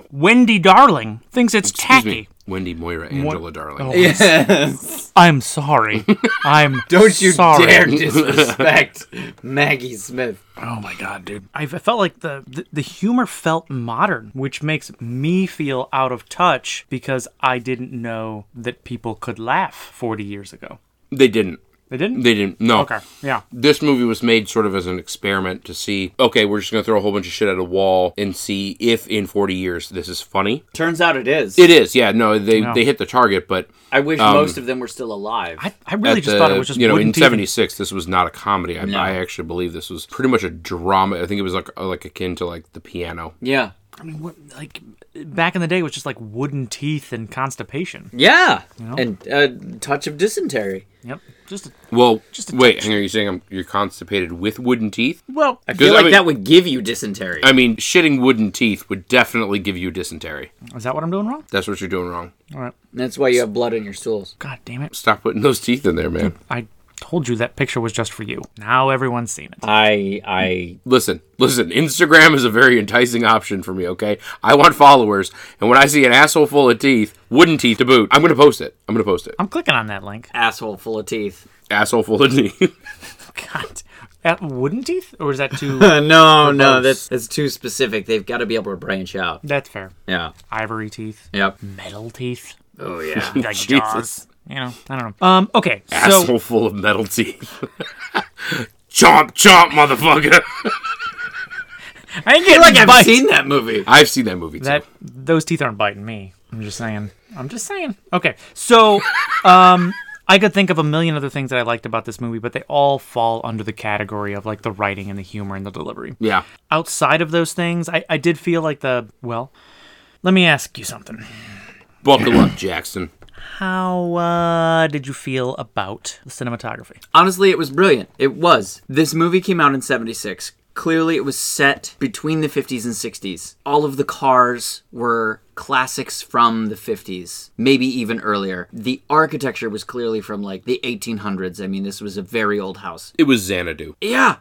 Wendy Darling thinks it's tacky. Excuse me, Wendy Moira, Angela Darling. Oh. *laughs* I'm sorry. I'm *laughs* Don't you sorry. dare disrespect Maggie Smith. Oh my god, dude! I I felt like the, the the humor felt modern, which makes me feel out of touch because I didn't know that people could laugh 40 years ago. They didn't. They didn't? They didn't. No. okay. Yeah. This movie was made sort of as an experiment to see, okay, we're just going to throw a whole bunch of shit at a wall and see if in 40 years this is funny. Turns out it um, is. It is. Yeah. No, they, they hit the target, but I wish most of them were still alive. I, I really at just the- thought it was just you know wooden in teeth. '76 this was not a comedy. I, I actually believe this was pretty much a drama. I think it was like uh, like akin to like the piano. yeah. I mean, what, like back in the day, it was just like wooden teeth and constipation. Yeah. And a touch of dysentery. Yep. Just Well, just wait, hang on. You're saying I'm, you're constipated with wooden teeth? well, I feel I like mean- that would give you dysentery. I mean, shitting wooden teeth would definitely give you dysentery. is that what I'm doing wrong? That's what you're doing wrong. All right. That's why you have blood in your stools. God damn it! Stop putting those teeth in there, man. I told you that picture was just for you. Now everyone's seen it. I I Listen, listen. Instagram is a very enticing option for me. Okay, I want followers, and when I see an asshole full of teeth, wooden teeth to boot, I'm gonna post it. I'm gonna post it. I'm clicking on that link. *laughs* asshole full of teeth. Asshole full of teeth. *laughs* God, that wooden teeth, or is that *laughs* too? *laughs* no, no, that's that's too specific. They've got to be able to branch out. That's fair. Yeah. Ivory teeth, Yep. metal teeth, Oh yeah. like jaws. You know, I don't know. Um. Okay. So asshole full of metal teeth. *laughs* chomp chomp, motherfucker! *laughs* I ain't getting like I've bite. seen *laughs* that movie. I've seen that movie too. That those teeth aren't biting me. I'm just saying. I'm just saying. Okay. So, um, I could think of a million other things that I liked about this movie, but they all fall under the category of like the writing and the humor and the delivery. yeah, Outside of those things, I, I did feel like the well. Let me ask you something. buckle up, Jackson. How uh, did you feel about the cinematography? Honestly, it was brilliant. It was. This movie came out in 76. Clearly, it was set between the 50s and 60s. All of the cars were classics from the 50s, maybe even earlier. The architecture was clearly from like the 1800s. I mean, this was a very old house. It was Xanadu. Yeah.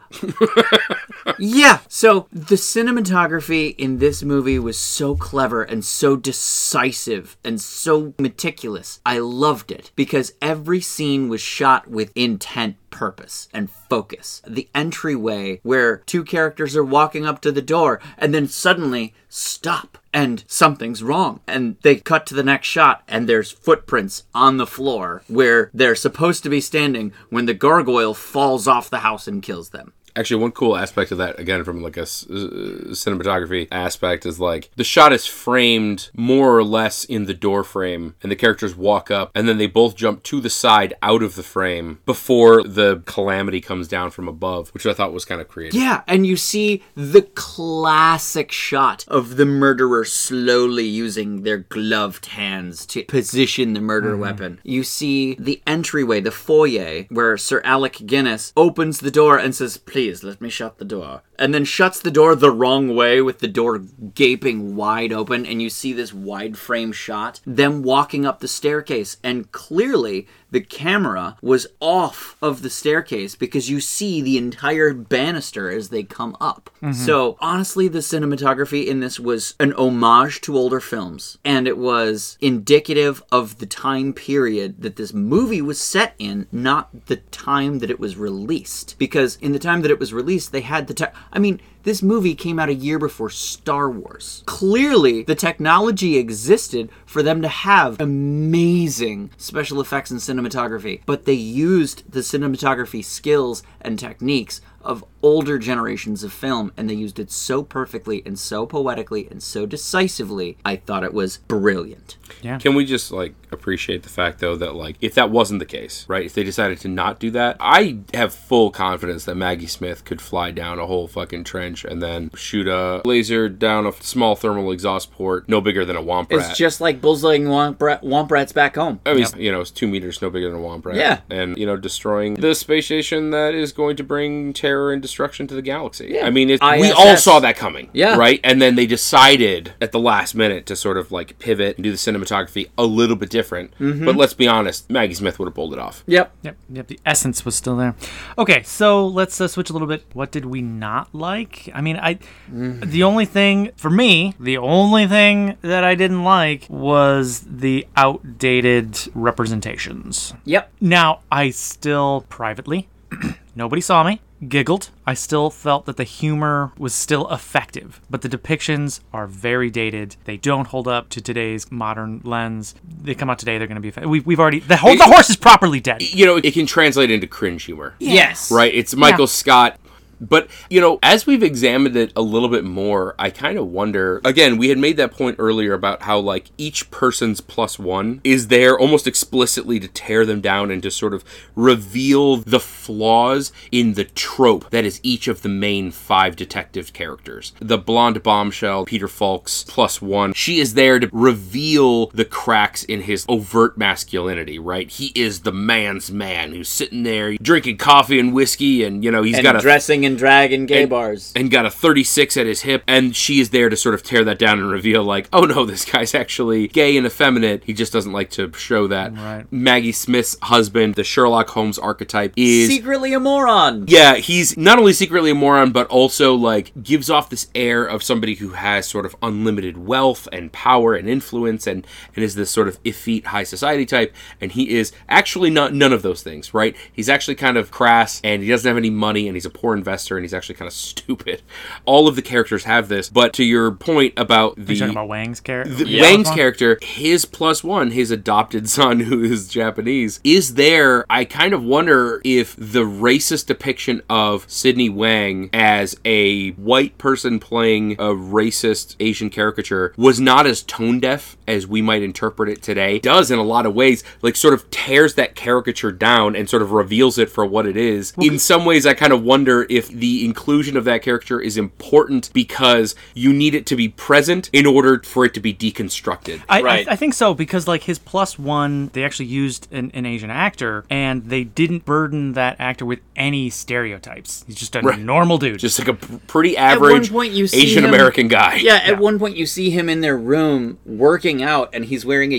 yeah. So the cinematography in this movie was so clever and so decisive and so meticulous. I loved it because every scene was shot with intent. Purpose and focus. The entryway where two characters are walking up to the door and then suddenly stop and something's wrong. And they cut to the next shot, and there's footprints on the floor where they're supposed to be standing when the gargoyle falls off the house and kills them. Actually, one cool aspect of that, again, from like a s- uh, cinematography aspect, is like the shot is framed more or less in the door frame, and the characters walk up, and then they both jump to the side out of the frame before the calamity comes down from above, which I thought was kind of creative. Yeah, and you see the classic shot of the murderer slowly using their gloved hands to position the murder weapon. You see the entryway, the foyer, where Sir Alec Guinness opens the door and says, Please let me shut the door. And then shuts the door the wrong way with the door gaping wide open, and you see this wide frame shot, them walking up the staircase, and clearly the camera was off of the staircase because you see the entire banister as they come up. So, honestly, the cinematography in this was an homage to older films, and it was indicative of the time period that this movie was set in, not the time that it was released. Because in the time that it was released, they had the tech. I mean, this movie came out a year before Star Wars. Clearly, the technology existed for them to have amazing special effects and cinematography, but they used the cinematography skills and techniques of older generations of film, and they used it so perfectly and so poetically and so decisively. I thought it was brilliant. Can we just like appreciate the fact though that like if that wasn't the case, right? If they decided to not do that, I have full confidence that Maggie Smith could fly down a whole fucking trench and then shoot a laser down a small thermal exhaust port no bigger than a womp rat. It's just like Bullseye and Womp, Rat, Womp Rats back home. I mean, it's, you know, it's two meters no bigger than a womp rat. Yeah. and you know, destroying the space station that is going to bring terror and destruction to the galaxy. I mean, it, we all ISS. saw that coming. Yeah. right. And then they decided at the last minute to sort of like pivot and do the cinematography a little bit different. Mm-hmm. But let's be honest, Maggie Smith would have pulled it off. Yep. Yep, yep. The essence was still there. Okay, so let's uh, switch a little bit. What did we not like? I mean, I the only thing for me, the only thing that I didn't like was the outdated representations. Yep. Now, I still privately, *clears throat* nobody saw me. giggled. I still felt that the humor was still effective, but the depictions are very dated. They don't hold up to today's modern lens. They come out today, they're going to be. Effect- we've, we've already. The, ho- the horse is properly dead. You know, it can translate into cringe humor. Yes. Right? It's Michael Scott. But, you know, as we've examined it a little bit more, I kind of wonder. Again, we had made that point earlier about how, like, each person's plus one is there almost explicitly to tear them down and to sort of reveal the flaws in the trope that is each of the main five detective characters. The blonde bombshell, Peter Falk's plus one, she is there to reveal the cracks in his overt masculinity, right? He is the man's man who's sitting there drinking coffee and whiskey and, you know, he's And got a dressing in drag in gay bars. and got a 36 at his hip and she is there to sort of tear that down and reveal like oh no this guy's actually gay and effeminate he just doesn't like to show that Right. maggie smith's husband the sherlock holmes archetype is Secretly a moron. yeah, he's not only secretly a moron, but also like gives off this air of somebody who has sort of unlimited wealth and power and influence and and is this sort of effete high society type. And he is actually not none of those things, right? He's actually kind of crass and he doesn't have any money and he's a poor investor and he's actually kind of *laughs* stupid. All of the characters have this, but to your point about the you talking about Wang's character? the, Wang's character, his plus one, his adopted *laughs* son who is Japanese, is there. I kind of wonder if the racist depiction of Sidney Wang as a white person playing a racist Asian caricature was not as tone deaf as we might interpret it today. Does in a lot of ways, like sort of tears that caricature down and sort of reveals it for what it is. In some ways, I kind of wonder if the inclusion of that character is important because you need it to be present in order for it to be deconstructed. I, Right. I, I think so because like his plus one, they actually used an, an Asian actor, and they didn't burden that actor with any stereotypes. He's just a normal dude. Just like a p- pretty average point you see Asian him- American guy. Yeah, at one point you see him in their room working out and he's wearing a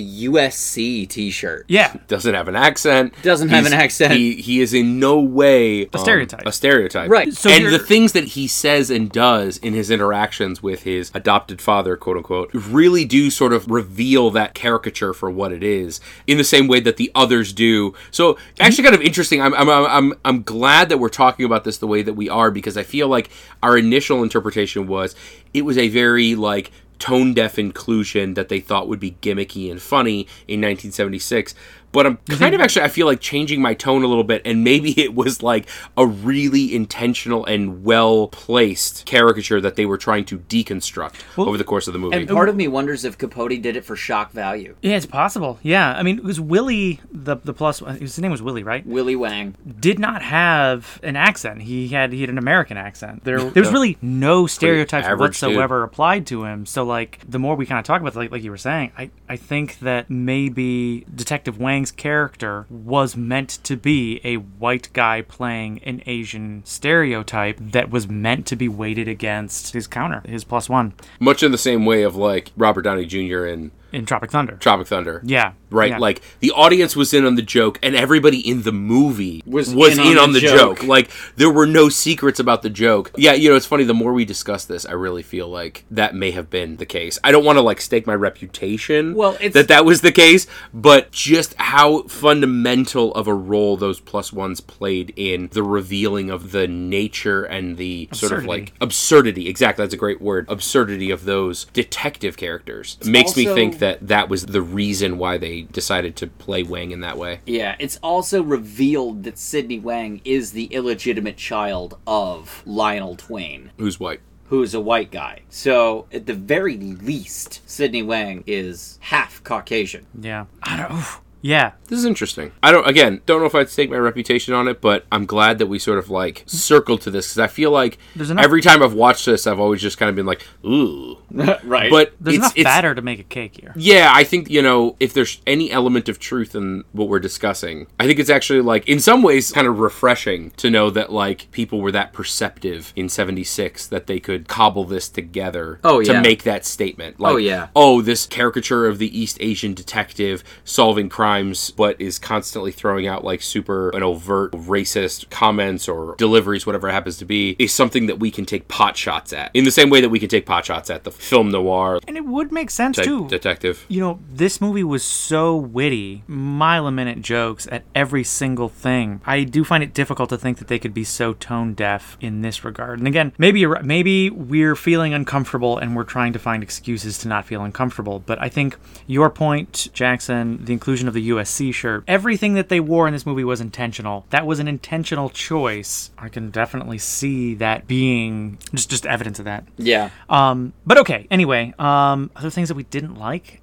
USC t shirt. yeah, Doesn't have an accent. Doesn't have He's- an accent. He, he is in no way um, stereotype. a stereotype. Right. So and you're- the things that he says and does in his interactions with his adopted father, quote unquote, really do sort of reveal that caricature for what it is in the same way that the others do. So actually kind of interesting. I'm, I'm, I'm, I'm, I'm glad that we're talking about this the way that we are because I feel like our initial interpretation was it was a very like tone deaf inclusion that they thought would be gimmicky and funny in 1976. But I'm kind of actually, I feel like changing my tone a little bit, and maybe *laughs* it was like a really intentional and well placed caricature that they were trying to deconstruct over the course of the movie. And uh, part of me wonders if Capote did it for shock value. yeah, it's possible. Yeah, I mean, it was Willie the the plus one. His name was Willie, right? Willy Wang. Did not have an accent. He had he had an American accent. There, there was really no stereotypes average dude. whatsoever applied to him. So like, the more we kind of talk about, it, like like you were saying, I I think that maybe Detective Wang's character was meant to be a white guy playing an Asian stereotype that was meant to be weighted against his counter, his plus one Much in the same way of like Robert Downey Jr. in in Tropic Thunder. Tropic Thunder. yeah, Right, yeah. like the audience was in on the joke, and everybody in the movie Was was, in in, on on, the the, joke. joke. Like there were no secrets about the joke. Yeah, you know it's funny. The more we discuss this, I really feel like that may have been the case. I don't want to like stake my reputation Well, it's- that that was the case, but just how fundamental of a role those plus ones played in the revealing of the nature and the sort of Absurdity. like absurdity. Exactly, that's a great word. Absurdity of those detective characters makes me also- think that that was the reason why they decided to play Wang in that way. Yeah, it's also revealed that Sidney Wang is the illegitimate child of Lionel Twain, Who's white? who is a white guy. So, at the very least, Sidney Wang is half Caucasian. yeah. I don't. oof. Yeah, This is interesting. I don't again don't know if I'd stake my reputation on it, but I'm glad that we sort of like circled to this because I feel like There's enough- every time I've watched this, I've always just kind of been like, ooh. right. But there's it's, enough it's batter to make a cake here. Yeah, I think, you know, if there's any element of truth in what we're discussing, I think it's actually like, in some ways, kind of refreshing to know that, like, people were that perceptive in 76 that they could cobble this together Oh, yeah. to make that statement. Like, Oh, yeah. Oh, this caricature of the East Asian detective solving crime crimes, but is constantly throwing out like super an overt racist comments or deliveries, whatever it happens to be, is something that we can take pot shots at. In the same way that we can take pot shots at the film noir And it would make sense de- too. detective. you know, this movie was so witty, mile a minute jokes at every single thing. I do find it difficult to think that they could be so tone deaf in this regard. And again, maybe you're right. maybe we're feeling uncomfortable and we're trying to find excuses to not feel uncomfortable. But I think your point, Jackson, the inclusion of the USC shirt, everything that they wore in this movie was intentional. That was an intentional choice. I can definitely see that being just just evidence of that. Yeah. Um, but okay. Anyway, um, other things that we didn't like.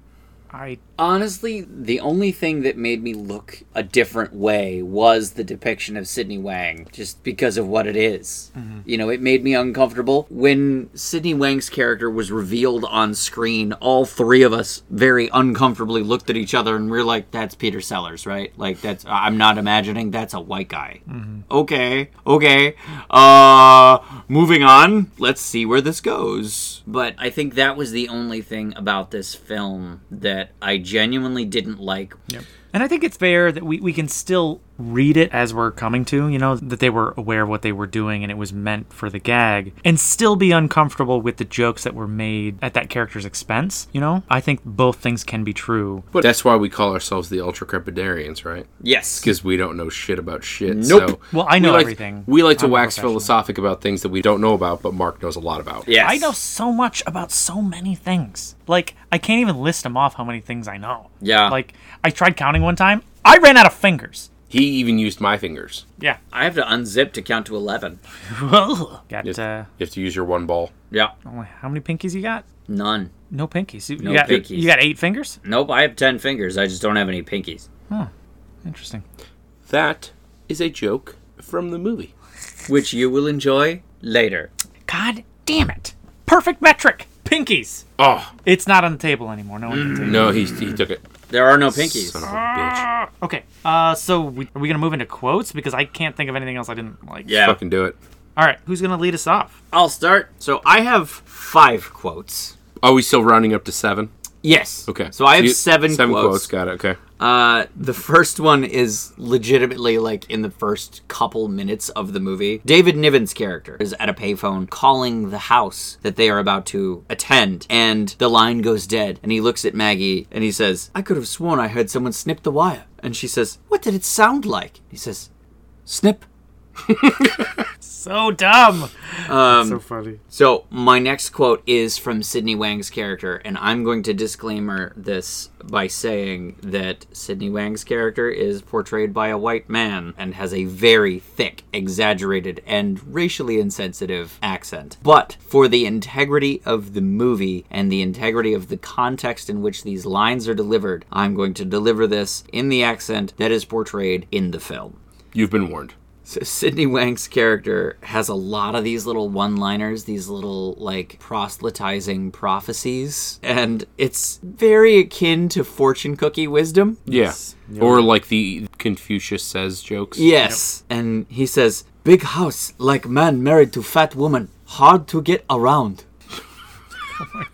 I Honestly, the only thing that made me look a different way was the depiction of Sidney Wang, just because of what it is. You know, it made me uncomfortable. When Sidney Wang's character was revealed on screen, all three of us very uncomfortably looked at each other and we are like, that's Peter Sellers, right? Like, that's, I'm not imagining, that's a white guy. Okay, okay. Uh, moving on. Let's see where this goes. But I think that was the only thing about this film that I genuinely didn't like. and I think it's fair that we, we can still read it as we're coming to, you know, that they were aware of what they were doing and it was meant for the gag and still be uncomfortable with the jokes that were made at that character's expense, you know? I think both things can be true. But that's why we call ourselves the ultra crepidarians, right? Yes. because we don't know shit about shit. Nope. So Well, I know we like, everything. We like to I'm a wax professional. philosophic about things that we don't know about, but Mark knows a lot about. Yes. I know so much about so many things. Like, I can't even list them off how many things I know. Yeah. Like, I tried counting one time, I ran out of fingers. He even used my fingers. Yeah. I have to unzip to count to 11. got, uh, You have to use your one ball. Yeah. only- how many pinkies you got? None. No pinkies. You, No you got, pinkies. You got eight fingers? Nope, I have 10 fingers. I just don't have any pinkies. Interesting. That is a joke from the movie. Which you will enjoy later. God damn it. Perfect metric. Pinkies. Oh It's not on the table anymore. No one can take it. no, he he took it. There are no pinkies. Son of a bitch. Okay. Uh, so we, are we gonna move into quotes because I can't think of anything else I didn't like. Yeah. Fucking do it. All right. Who's gonna lead us off? I'll start. So I have five quotes. Are we Oh, still rounding up to seven? Yes. Okay. So I have you- seven, Seven quotes. quotes. Got it. Okay. Uh, the first one is legitimately like in the first couple minutes of the movie. David Niven's character is at a payphone calling the house that they are about to attend, and the line goes dead. And he looks at Maggie and he says, I could have sworn I heard someone snip the wire. And she says, What did it sound like? He says, Snip. So *laughs* dumb. so funny. So, my next quote is from Sidney Wang's character, and I'm going to disclaimer this by saying that Sidney Wang's character is portrayed by a white man and has a very thick, exaggerated, and racially insensitive accent. But for the integrity of the movie and the integrity of the context in which these lines are delivered, I'm going to deliver this in the accent that is portrayed in the film. You've been warned. So *laughs* Sydney Wang's character has a lot of these little one-liners, these little like proselytizing prophecies, and it's very akin to fortune cookie wisdom. Yeah. Or like the Confucius says jokes. Yes. And he says, "Big house like man married to fat woman, hard to get around." Oh my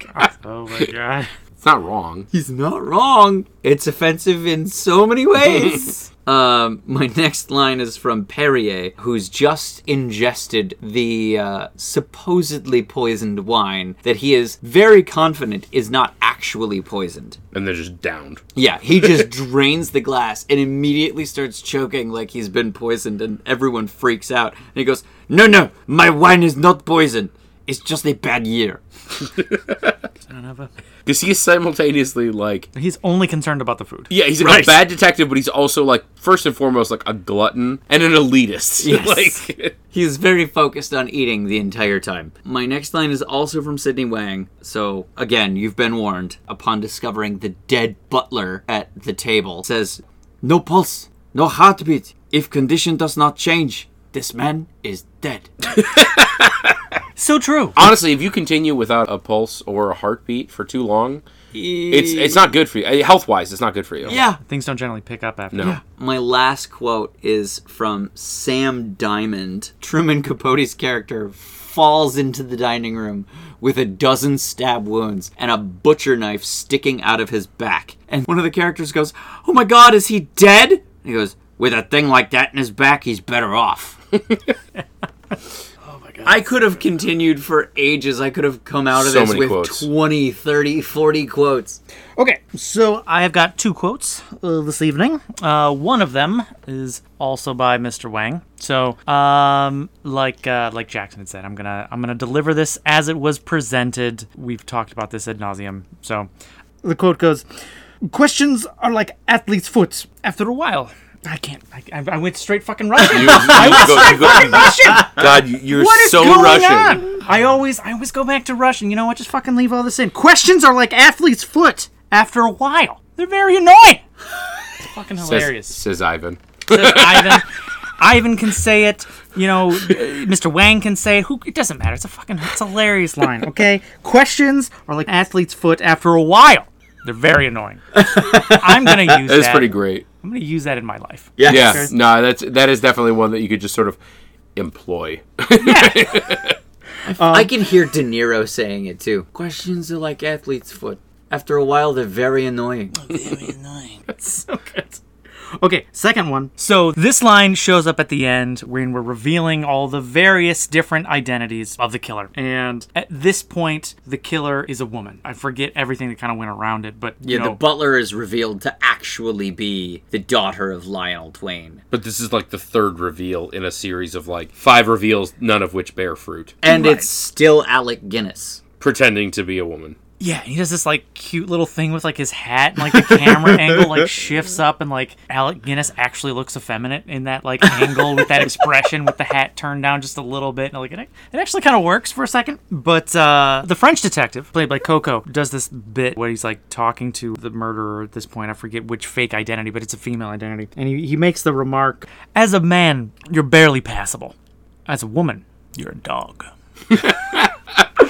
*laughs* god. It's not wrong. He's not wrong. It's offensive in so many ways. um, my next line is from Perrier, who's just ingested the uh, supposedly poisoned wine that he is very confident is not actually poisoned. And they're just downed. Yeah, he just drains the glass and immediately starts choking like he's been poisoned, and everyone freaks out. And he goes, No, no, my wine is not poisoned. It's just a bad year. Son of a- Because he is simultaneously like He's only concerned about the food. Yeah, he's a bad detective, but he's also like first and foremost like a glutton and an elitist. *laughs* Yes. like He is very focused on eating the entire time. My next line is also from Sidney Wang. So, again, you've been warned. Upon discovering the dead butler at the table, says, No pulse, no heartbeat. If condition does not change, this man is dead. *laughs* So true. honestly, if you continue without a pulse or a heartbeat for too long, it's it's not good for you. Health wise, it's not good for you. yeah. Things don't generally pick up after. No. that. My last quote is from Sam Diamond, Truman Capote's character falls into the dining room with a dozen stab wounds and a butcher knife sticking out of his back. And one of the characters goes, Oh my god, is he dead? And he goes, With a thing like that in his back, he's better off. *laughs* Oh I could have continued for ages. I could have come out of So this many with quotes. twenty, thirty, forty 20, 30, 40 quotes. Okay, so I have got two quotes uh, this evening. Uh, one of them is also by Mr. Wang. So, um, like uh, like Jackson had said, I'm gonna I'm gonna deliver this as it was presented. We've talked about this ad nauseum. So, the quote goes: "Questions are like athlete's foot. After a while, I can't. I, I, I went straight fucking Russian. You, you go, you go, *laughs* God, you- you're What is so going Russian. on? I always, I always go back to Russian. You know what? Just fucking leave all this in. Questions are like athlete's foot. After a while, they're very annoying. It's fucking Says, hilarious. says Ivan. Says Ivan. Ivan can say it. You know, uh, Mr. Wang can say it. Who? It doesn't matter. It's a fucking, it's a hilarious line. Okay. Questions are like athlete's foot. After a while, they're *laughs* very annoying. I'm gonna use That's that. pretty great. I'm gonna use that in my life. Yeah, no, that's that is definitely one that you could just sort of employ. I can hear De Niro saying it too. Questions are like athlete's foot. After a while, they're very annoying. *laughs* so good. Okay, second one. So this line shows up at the end when we're revealing all the various different identities of the killer. And at this point, the killer is a woman. I forget everything that kind of went around it, but you Yeah, the know, butler is revealed to actually be the daughter of Lionel Twain. But this is like the third reveal in a series of like five reveals, none of which bear fruit. And it's still Alec Guinness. Pretending to be a woman. yeah, he does this like cute little thing with like his hat and like the camera angle like shifts up and like Alec Guinness actually looks effeminate in that like angle with that expression with the hat turned down just a little bit. And like it, it actually kind of works for a second. But uh, the French detective played by Coco does this bit where he's like talking to the murderer at this point. I forget which fake identity, but it's a female identity. And he, he makes the remark, "As a man, you're barely passable. As a woman, you're a *laughs* dog."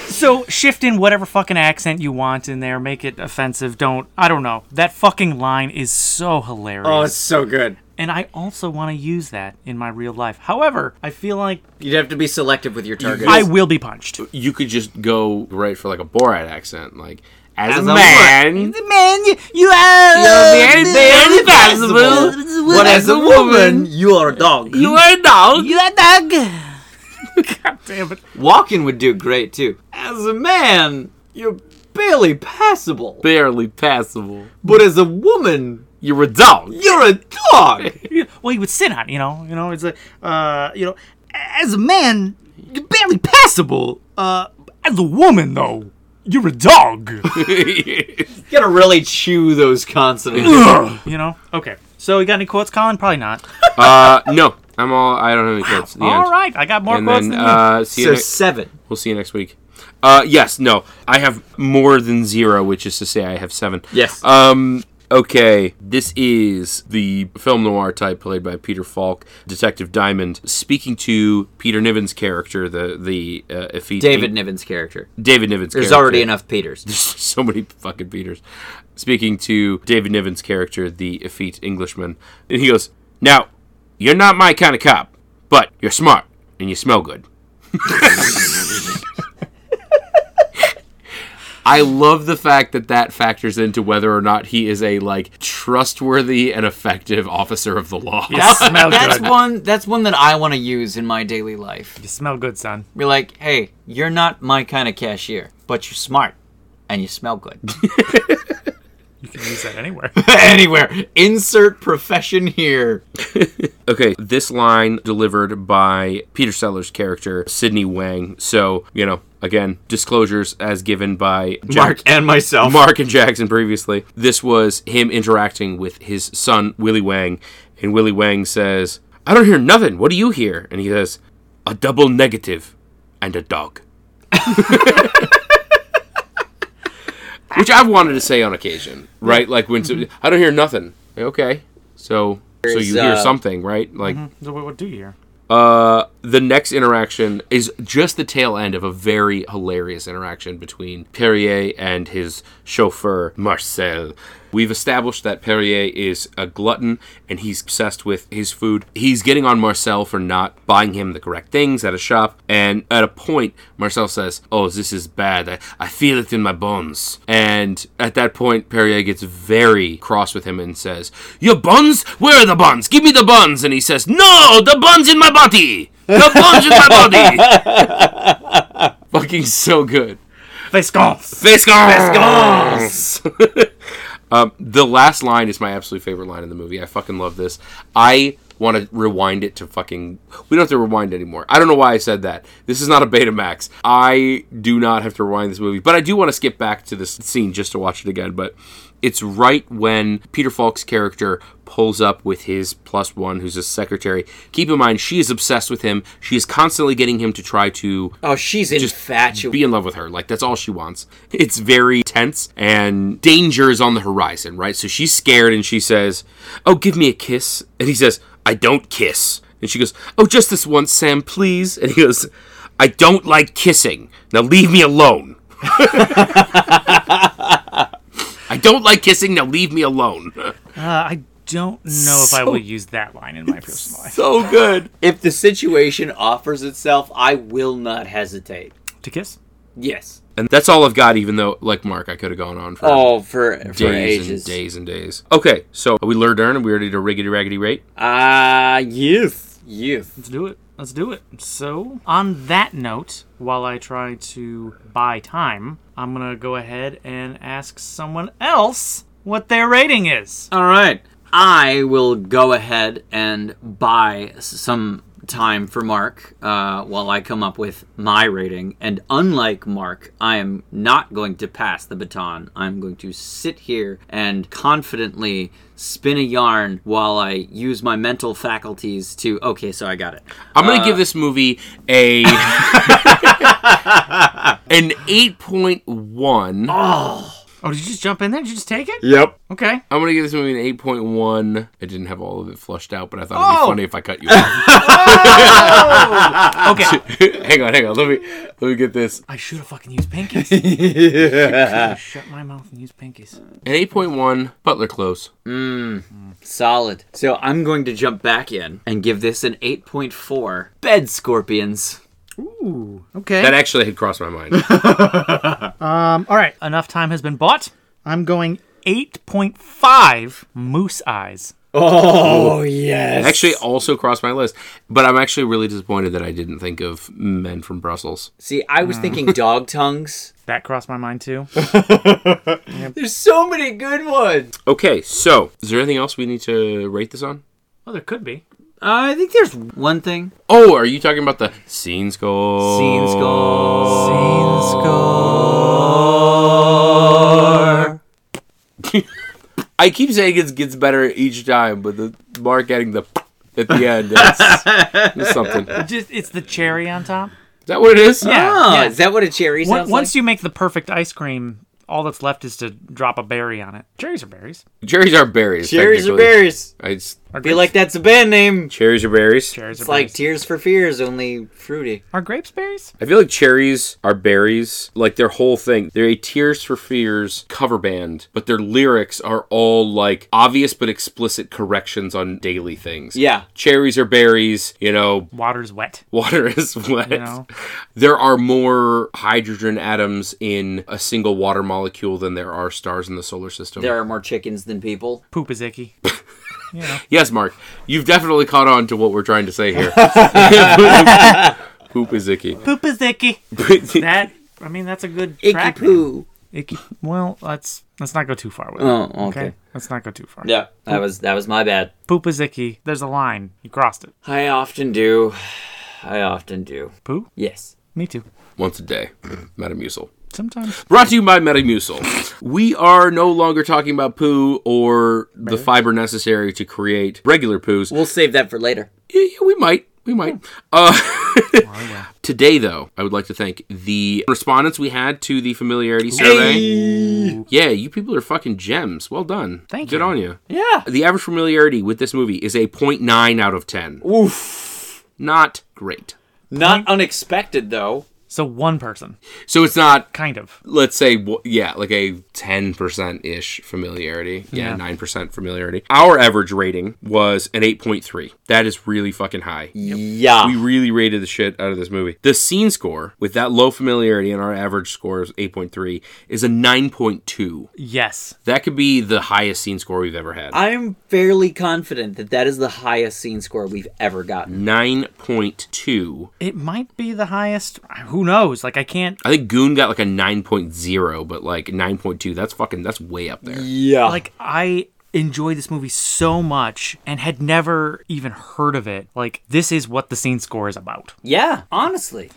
So shift in whatever fucking accent you want in there, make it offensive. Don't I don't know. That fucking line is so hilarious. Oh, so good. and I also want to use that in my real life. However, I feel like You'd have to be selective with your target. I will be punched. You could just go right for like a Borat accent, like as, a a man, *laughs* Man, you are very, very possible. But as a woman, you are a dog. You are a dog. *laughs* you are dog. God damn it. Walken would do great too. As a man, you're barely passable. Barely passable. *laughs* But as a woman, You're a dog. you're a dog. *laughs* Well, you would sit on, it, you know, you know, it's a, uh, you know, as a man, you're barely passable. Uh, as a woman though, you're *laughs* a dog. You gotta really chew those consonants. you know. Okay. So you got any quotes, Colin? Probably not. uh, no, I'm all. I don't have any quotes. The All end. right, I got more And quotes then than you. uh, see you so ne- seven. We'll see you next week. Uh, yes, no, I have more than zero, which is to say I have seven. Yes. Um. Okay, this is the film noir type played by Peter Falk, Detective Diamond, speaking to Peter Niven's character, the the uh, Effete- David Niven's character. David Niven's There's character. already *laughs* enough Peters. *laughs* so many fucking Peters. Speaking to David Niven's character, the effete Englishman, and he goes, "Now, you're not my kind of cop, but you're smart and you smell good." I love the fact that that factors into whether or not he is a like trustworthy and effective officer of the law. smell That's good. one. That's one that I want to use in my daily life. You smell good, son. Be like, hey, you're not my kind of cashier, but you're smart and you smell good. *laughs* You can use that anywhere. *laughs* Anywhere, insert profession here. Okay, this line delivered by Peter Sellers' character, Sidney Wang. So, you know, again, disclosures as given by Jack- Mark and *laughs* myself. Mark and Jackson previously. This was him interacting with his son, Willie Wang. And Willie Wang says, I don't hear nothing. What do you hear? And he says, a double negative and a dog. *laughs* Which I've wanted to say on occasion, right? Like when some- I don't hear nothing. Okay. So so you hear uh, something, right? Like So what, what do you hear? uh The next interaction is just the tail end of a very hilarious interaction between Perrier and his chauffeur, Marcel. We've established that Perrier is a glutton and he's obsessed with his food. He's getting on Marcel for not buying him the correct things at a shop. And at a point, Marcel says, Oh, this is bad. I, I feel it in my bones. And at that point, Perrier gets very cross with him and says, Your buns? Where are the buns? Give me the buns. And he says, No, the buns in my body. The buns in my body. Fucking so good. Visconce. Fiscals! *laughs* um, the last line is my absolute favorite line in the movie. I fucking love this. I want to rewind it to fucking. We don't have to rewind anymore. I don't know why I said that. This is not a Betamax. I do not have to rewind this movie, but I do want to skip back to this scene just to watch it again. But it's right when Peter Falk's character pulls up with his plus one, who's his secretary. Keep in mind, she is obsessed with him. She is constantly getting him to try to Oh, she's infatuated. be in love with her. Like that's all she wants. It's very tense and danger is on the horizon, right? So she's scared and she says, "Oh, give me a kiss." And he says, "I don't kiss." And she goes, "Oh, just this once, Sam, please." And he goes, "I don't like kissing. Now leave me alone." *laughs* I don't like kissing. Now leave me alone. *laughs* Uh, I don't know if I will use that line in my personal life. so good. if the situation offers itself, I will not hesitate. To kiss? Yes. And that's all I've got. Even though, like Mark, I could have gone on for Oh, for for days and ages. days and days. Okay, so we lured Ern and we already did a riggedy raggedy rate. Ah, youth, youth. Let's do it. Let's do it. So, on that note, while I try to buy time, I'm going to go ahead and ask someone else what their rating is. All right. I will go ahead and buy s- some time for Mark uh, while I come up with my rating. And unlike Mark, I am not going to pass the baton. I'm going to sit here and confidently spin a yarn while I use my mental faculties to. Okay, so I got it. I'm gonna Uh, give this movie *laughs* a an eight point one. I'm Oh, did you just jump in there? Did you just take it? Yep. Okay. gonna give this movie an eight point one. I didn't have all of it flushed out, but I thought it'd Oh. be funny if I cut you. off. *laughs* Okay. hang on, hang on. Let me let me get this. I should have fucking used pinkies. I could've Shut my mouth and used pinkies. An eight point one. Butler close. Solid. So I'm going to jump back in and give this an 8.4. Bed scorpions. Ooh. Okay. That actually had crossed my *laughs* mind. Um, all right. Enough time has been bought. I'm going 8.5 moose eyes. Oh, yes. actually, also crossed my list. But I'm actually really disappointed that I didn't think of Men from Brussels. See, I was thinking dog tongues. That crossed my mind too. *laughs* There's so many good ones. Okay, so is there anything else we need to rate this on? Well, there could be. Uh, I think there's one thing. Oh, are you talking about the scene score? Scene Oh. score. I keep saying it gets better each time, but the Mark adding the *laughs* at the end, that's, *laughs* that's something. Is Just it's the cherry on top. that what it is? Oh, is that what a cherry Once- sounds once like? you make the perfect ice cream, all that's left is to drop a berry on it. Cherries are berries. Cherries are berries. Cherries are technically. berries. I just- Are Be like that's a band name. cherries are berries. Cherries are It's like berries. Tears for Fears, only fruity. Mm. are grapes berries? I feel like cherries are berries. Like their whole thing. They're a Tears for Fears cover band, but their lyrics are all like obvious but explicit corrections on daily things. Yeah. Cherries are berries, you know, Water's wet. water *laughs* is wet. know? There are more hydrogen atoms in a single water molecule than there are stars in the solar system. There are more chickens than people. Poop is *laughs* icky. Yes, Mark, you've definitely caught on to what we're trying to say here. *laughs* Poop is icky. Poop is icky. *laughs* That I mean that's a good Icky track poo. name. Icky. Well, let's let's not go too far with it. Oh, okay. okay. Let's not go too far. Yeah, that was that was my bad. Poop is icky. There's a line. You crossed it. I often do. *sighs* I often do. Poo? Yes. Me too. Once a day, Metamucil. Sometimes. Brought to you by Metamucil. We are no longer talking about poo or the fiber necessary to create regular poos. We'll save that for later. Yeah, yeah, we might. We Hmm. might. Uh, *laughs* *laughs* today, though, I would like to thank the respondents we had to the familiarity survey. Yeah, you people are fucking gems. Well done. Thank Good you. on you. Yeah. The average familiarity with this movie is a 0.9 out of 10. Oof. Not Great. Not unexpected though. So one person, So it's not, kind of. let's say, w- yeah, like a 10% ish familiarity. Yeah, Yeah. 9% familiarity. Our average rating was an 8.3. That is really fucking high. Yeah. We really rated the shit out of this movie. The scene score, with that low familiarity and our average score is 8.3, is a 9.2. Yes. That could be the highest scene score we've ever had. I'm fairly confident that that is the highest scene score we've ever gotten. 9.2. It might be the highest. Who knows? Like I can't. I think Goon got like a 9.0, but like 9.2, that's fucking, that's way up there. yeah. Like I enjoyed this movie so much and had never even heard of it. Like this is what the scene score is about. Yeah, honestly.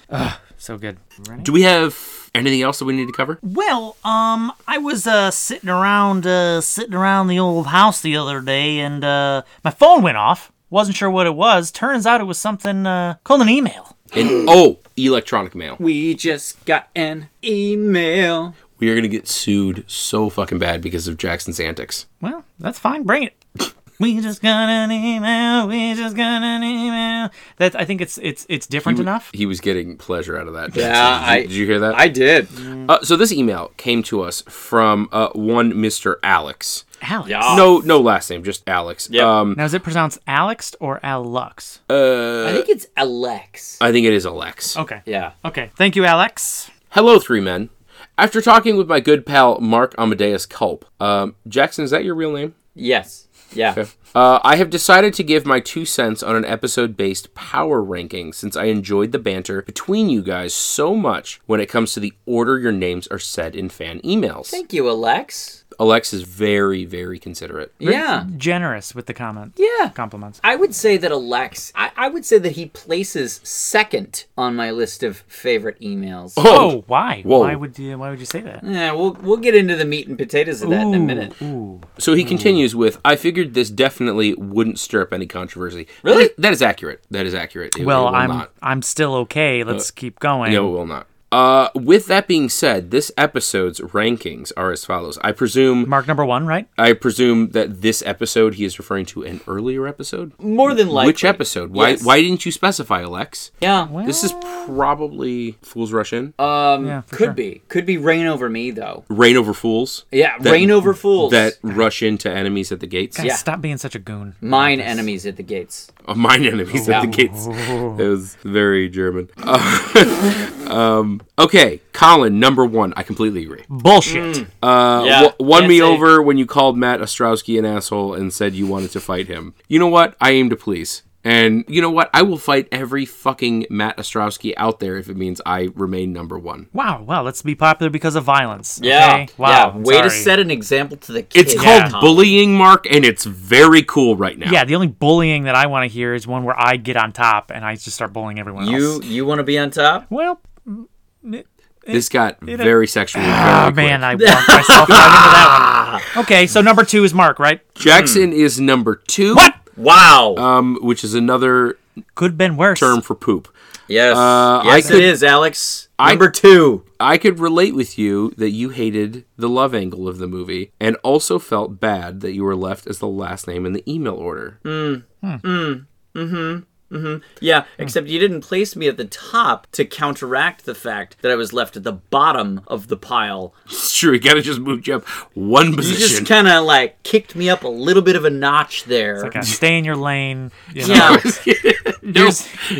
So good. Ready? Do we have anything else that we need to cover? Well, um, I was uh sitting around uh sitting around the old house the other day, and uh my phone went off. Wasn't sure what it was. Turns out it was something uh called an email. And oh, electronic mail. We just got an email. We are gonna get sued so fucking bad because of Jackson's antics. Well, that's fine. Bring it. *coughs* We just got an email. We just got an email. That I think it's it's it's different enough. He was getting pleasure out of that. Jackson. Yeah, did you, I- did you hear that? I did. uh, so this email came to us from uh, one Mister Alex. Alex. Ah. Yeah. No, no last name, just Alex. Yep. Um, Now is it pronounced Alex or Alux? uh, I think it's Alex. I think it is Alex. Okay. Yeah. Okay. Thank you, Alex. Hello, three men. After talking with my good pal Mark Amadeus Culp, um, Jackson, is that your real name? Yes. Yeah. Uh, I have decided to give my two cents on an episode based power ranking since I enjoyed the banter between you guys so much when it comes to the order your names are said in fan emails. Thank you, Alex. Alex is very, very considerate. Yeah. Generous with the comment. Yeah. Compliments. I would say that Alex, I, I would say that he places second on my list of favorite emails. Oh, why? Whoa. Why would you? Why would you say that? Yeah, we'll, we'll get into the meat and potatoes of that in a minute. Ooh. So Mm. he continues with I figured this definitely wouldn't stir up any controversy. Really? That is, that is accurate. That is accurate. It- it Well, will I'm not. I'm still okay. Let's keep going. No, it will not. Uh, with that being said, this episode's rankings are as follows. I presume Mark number one, right? I presume that this episode he is referring to an earlier episode. More than likely. Which episode? Why Yes. Uh, why didn't you specify, Alex? Yeah. This is probably Fools Rush In. Um, Yeah, for could sure. be. Could be Rain Over Me, though. Rain over fools. Yeah, That- Rain Over Fools. That rush into enemies at the gates. Guys, Yeah. stop being such a goon. Mine enemies at the gates. Oh, mine enemies at the gates. It was very German. *laughs* Uh, um, okay, Colin, number one. I completely agree. Bullshit. Uh, Yeah, wa- won can't me say- over when you called Matt Ostrowski an asshole and said you wanted to fight him. You know what? I aim to please. And you know what? I will fight every fucking Matt Ostrowski out there if it means I remain number one. Wow, wow, let's be popular because of violence. Yeah, Okay? Wow. yeah, way sorry. to set an example to the kids. It's called bullying, Mark, and it's very cool right now. Yeah, the only bullying that I want to hear is one where I get on top and I just start bullying everyone You else. you want to be on top? Well, this got very sexual. oh very quick. man, I walked myself right into that one. Okay, so number two is Mark, right? Jackson is number two. Hmm. What? Wow. Um, which is another Could have been worse. term for poop. Yes. Uh, yes, I could- it is, Alex. I- Number two. I could relate with you that you hated the love angle of the movie and also felt bad that you were left as the last name in the email order. Mm. Yeah, Hmm. except you didn't place me at the top to counteract the fact that I was left at the bottom of the pile. *laughs* It's true, you gotta just move you up one You just position. *laughs* *laughs* kind of like kicked me up a little bit of a notch there. *laughs* Okay, stay in your lane. You know. yeah, know,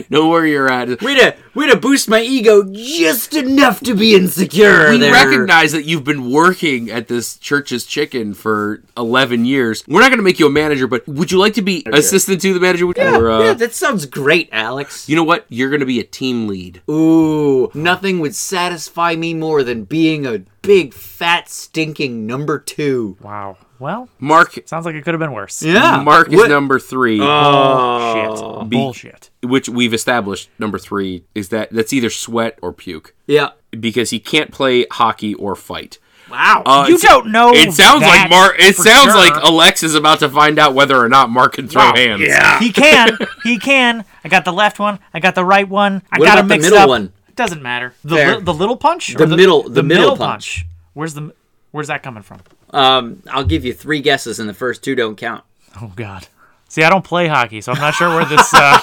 know where you're at. way to way to boost my ego just enough to be insecure. We there. recognize that you've been working at this church's chicken for 11 years. We're not going to make you a manager, but would you like to be assistant to the manager? Yeah, or, uh, Yeah, that sounds great, Alex. You know what? You're going to be a team lead. Ooh, nothing would satisfy me more than being a big, fat, stinking number two. Wow. Well, Mark sounds like it could have been worse. Yeah. Mark is Ah, What- Oh, number 3, Bullshit. Bullshit. which we've established number 3 is that that's either sweat or puke Yeah. because he can't play hockey or fight. Wow. Uh, You it's- don't know. It sounds like that Mark. It for sounds sure. like Alex is about to find out whether or not Mark can throw hands. He *laughs* can. He can. I got the left one. I got the right one. I What got about him the mixed middle up. one? Doesn't matter. The, Fair. li- the little punch. or The middle- the middle punch. Where's the Where's that coming from? um, I'll give you three guesses, and the first two don't count. Oh God. See, I don't play hockey, so I'm not sure where this. Uh,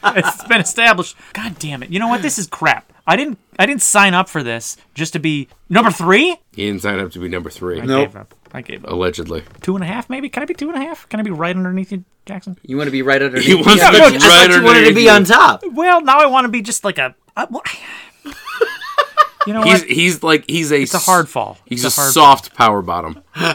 *laughs* it's been established. God damn it! You know what? This is crap. I didn't. I didn't sign up for this just to be number three. He didn't sign up to be number three, I Nope. gave up. I gave up. allegedly. Two and a half, maybe. Can I be two and a half? Can I be right underneath you, Jackson? You want to be right underneath. He wants the to other- be I thought right you wanted to underneath be you. on top. Well, now I want to be just like a. I- *laughs* well, you know He's what? he's like he's a It's a hard fall. He's a, it's a hard soft power *laughs* bottom. uh,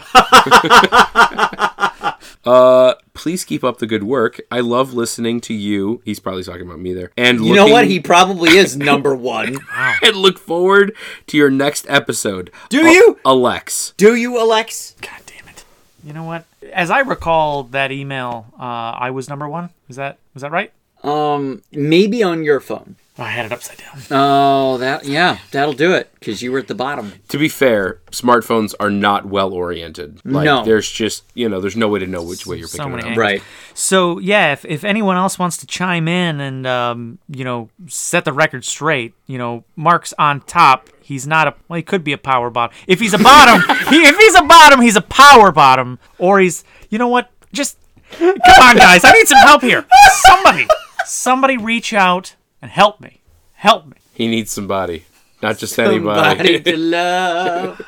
please keep up the good work. I love listening to you. He's probably talking about me there. And You know what? He probably is number *laughs* one. *laughs* and look forward to your next episode. Do A- you? Alex? Do you, Alex? God damn it! You know what? As I recall that email, uh, I was number one. Is that was that right? Um, Maybe on your phone. Oh, I had it upside down. Oh, that yeah, that'll do it. Because you were at the bottom. To be fair, smartphones are not well oriented. Like, No. there's just you know there's no way to know which way you're So picking it many up. angles. So yeah, if, if anyone else wants to chime in and um, you know set the record straight, you know Mark's on top. He's not a well. He could be a power bottom. If he's a *laughs* bottom, he, if he's a bottom, he's a power bottom, or he's you know what? Just come on, guys. I need some help here. Somebody, somebody, reach out and help me. Help me. He needs somebody, not just anybody. *laughs* Somebody to love.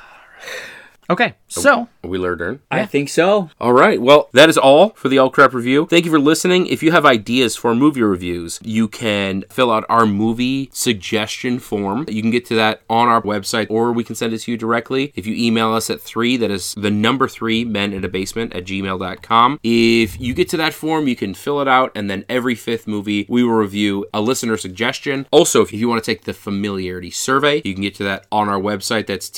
Okay. So We learn. I think so. All right. Well, that is all for the All Crap Review. Thank you for listening. If you have ideas for movie reviews, you can fill out our movie suggestion form. You can get to that on our website or we can send it to you directly. If you email us at three, that is the number three men in a basement at gmail.com. If you get to that form, you can fill it out and then every fifth movie we will review a listener suggestion. Also, if you want to take the familiarity survey, you can get to that on our website. That's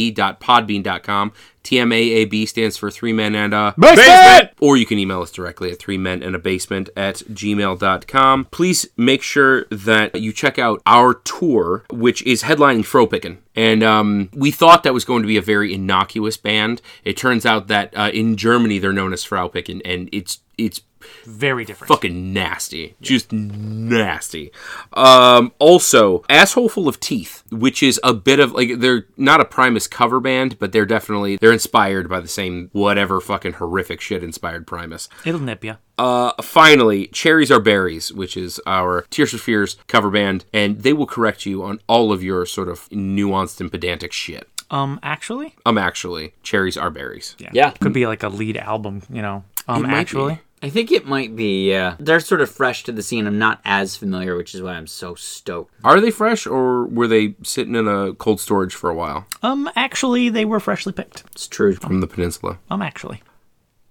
tmaab.podbean.com. TMAAB stands for Three Men and a basement. Or you can email us directly at Three Men and a Basement at gmail.com. Please make sure that you check out our tour, which is headlining Fropicken. And um, we thought that was going to be a very innocuous band. It turns out that uh, in Germany they're known as Fraupicken, and it's it's very different. fucking nasty. Just nasty. Um, also, Asshole Full of Teeth, which is a bit of like they're not a Primus cover band, but they're definitely they're inspired by the same whatever fucking horrific shit inspired Primus. It'll nip you. Uh, finally, Cherries Are Berries, which is our Tears for Fears cover band, and they will correct you on all of your sort of nuanced and pedantic shit. Um, actually, Um, actually, Cherries Are Berries. Yeah. could be like a lead album. You know. Um, might be. actually. I think it might be. Yeah, they're sort of fresh to the scene. I'm not as familiar, which is why I'm so stoked. Are they fresh or were they sitting in a cold storage for a while Um, actually, they were freshly picked. It's true. from the peninsula? Um, actually.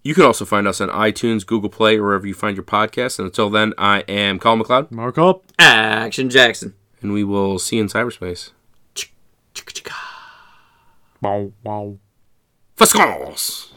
You can also find us on iTunes, Google Play, or wherever you find your podcast. And until then, I am Colin McLeod, Mark up. Action Jackson. and we will see you in cyberspace. Wow, wow. Fascals!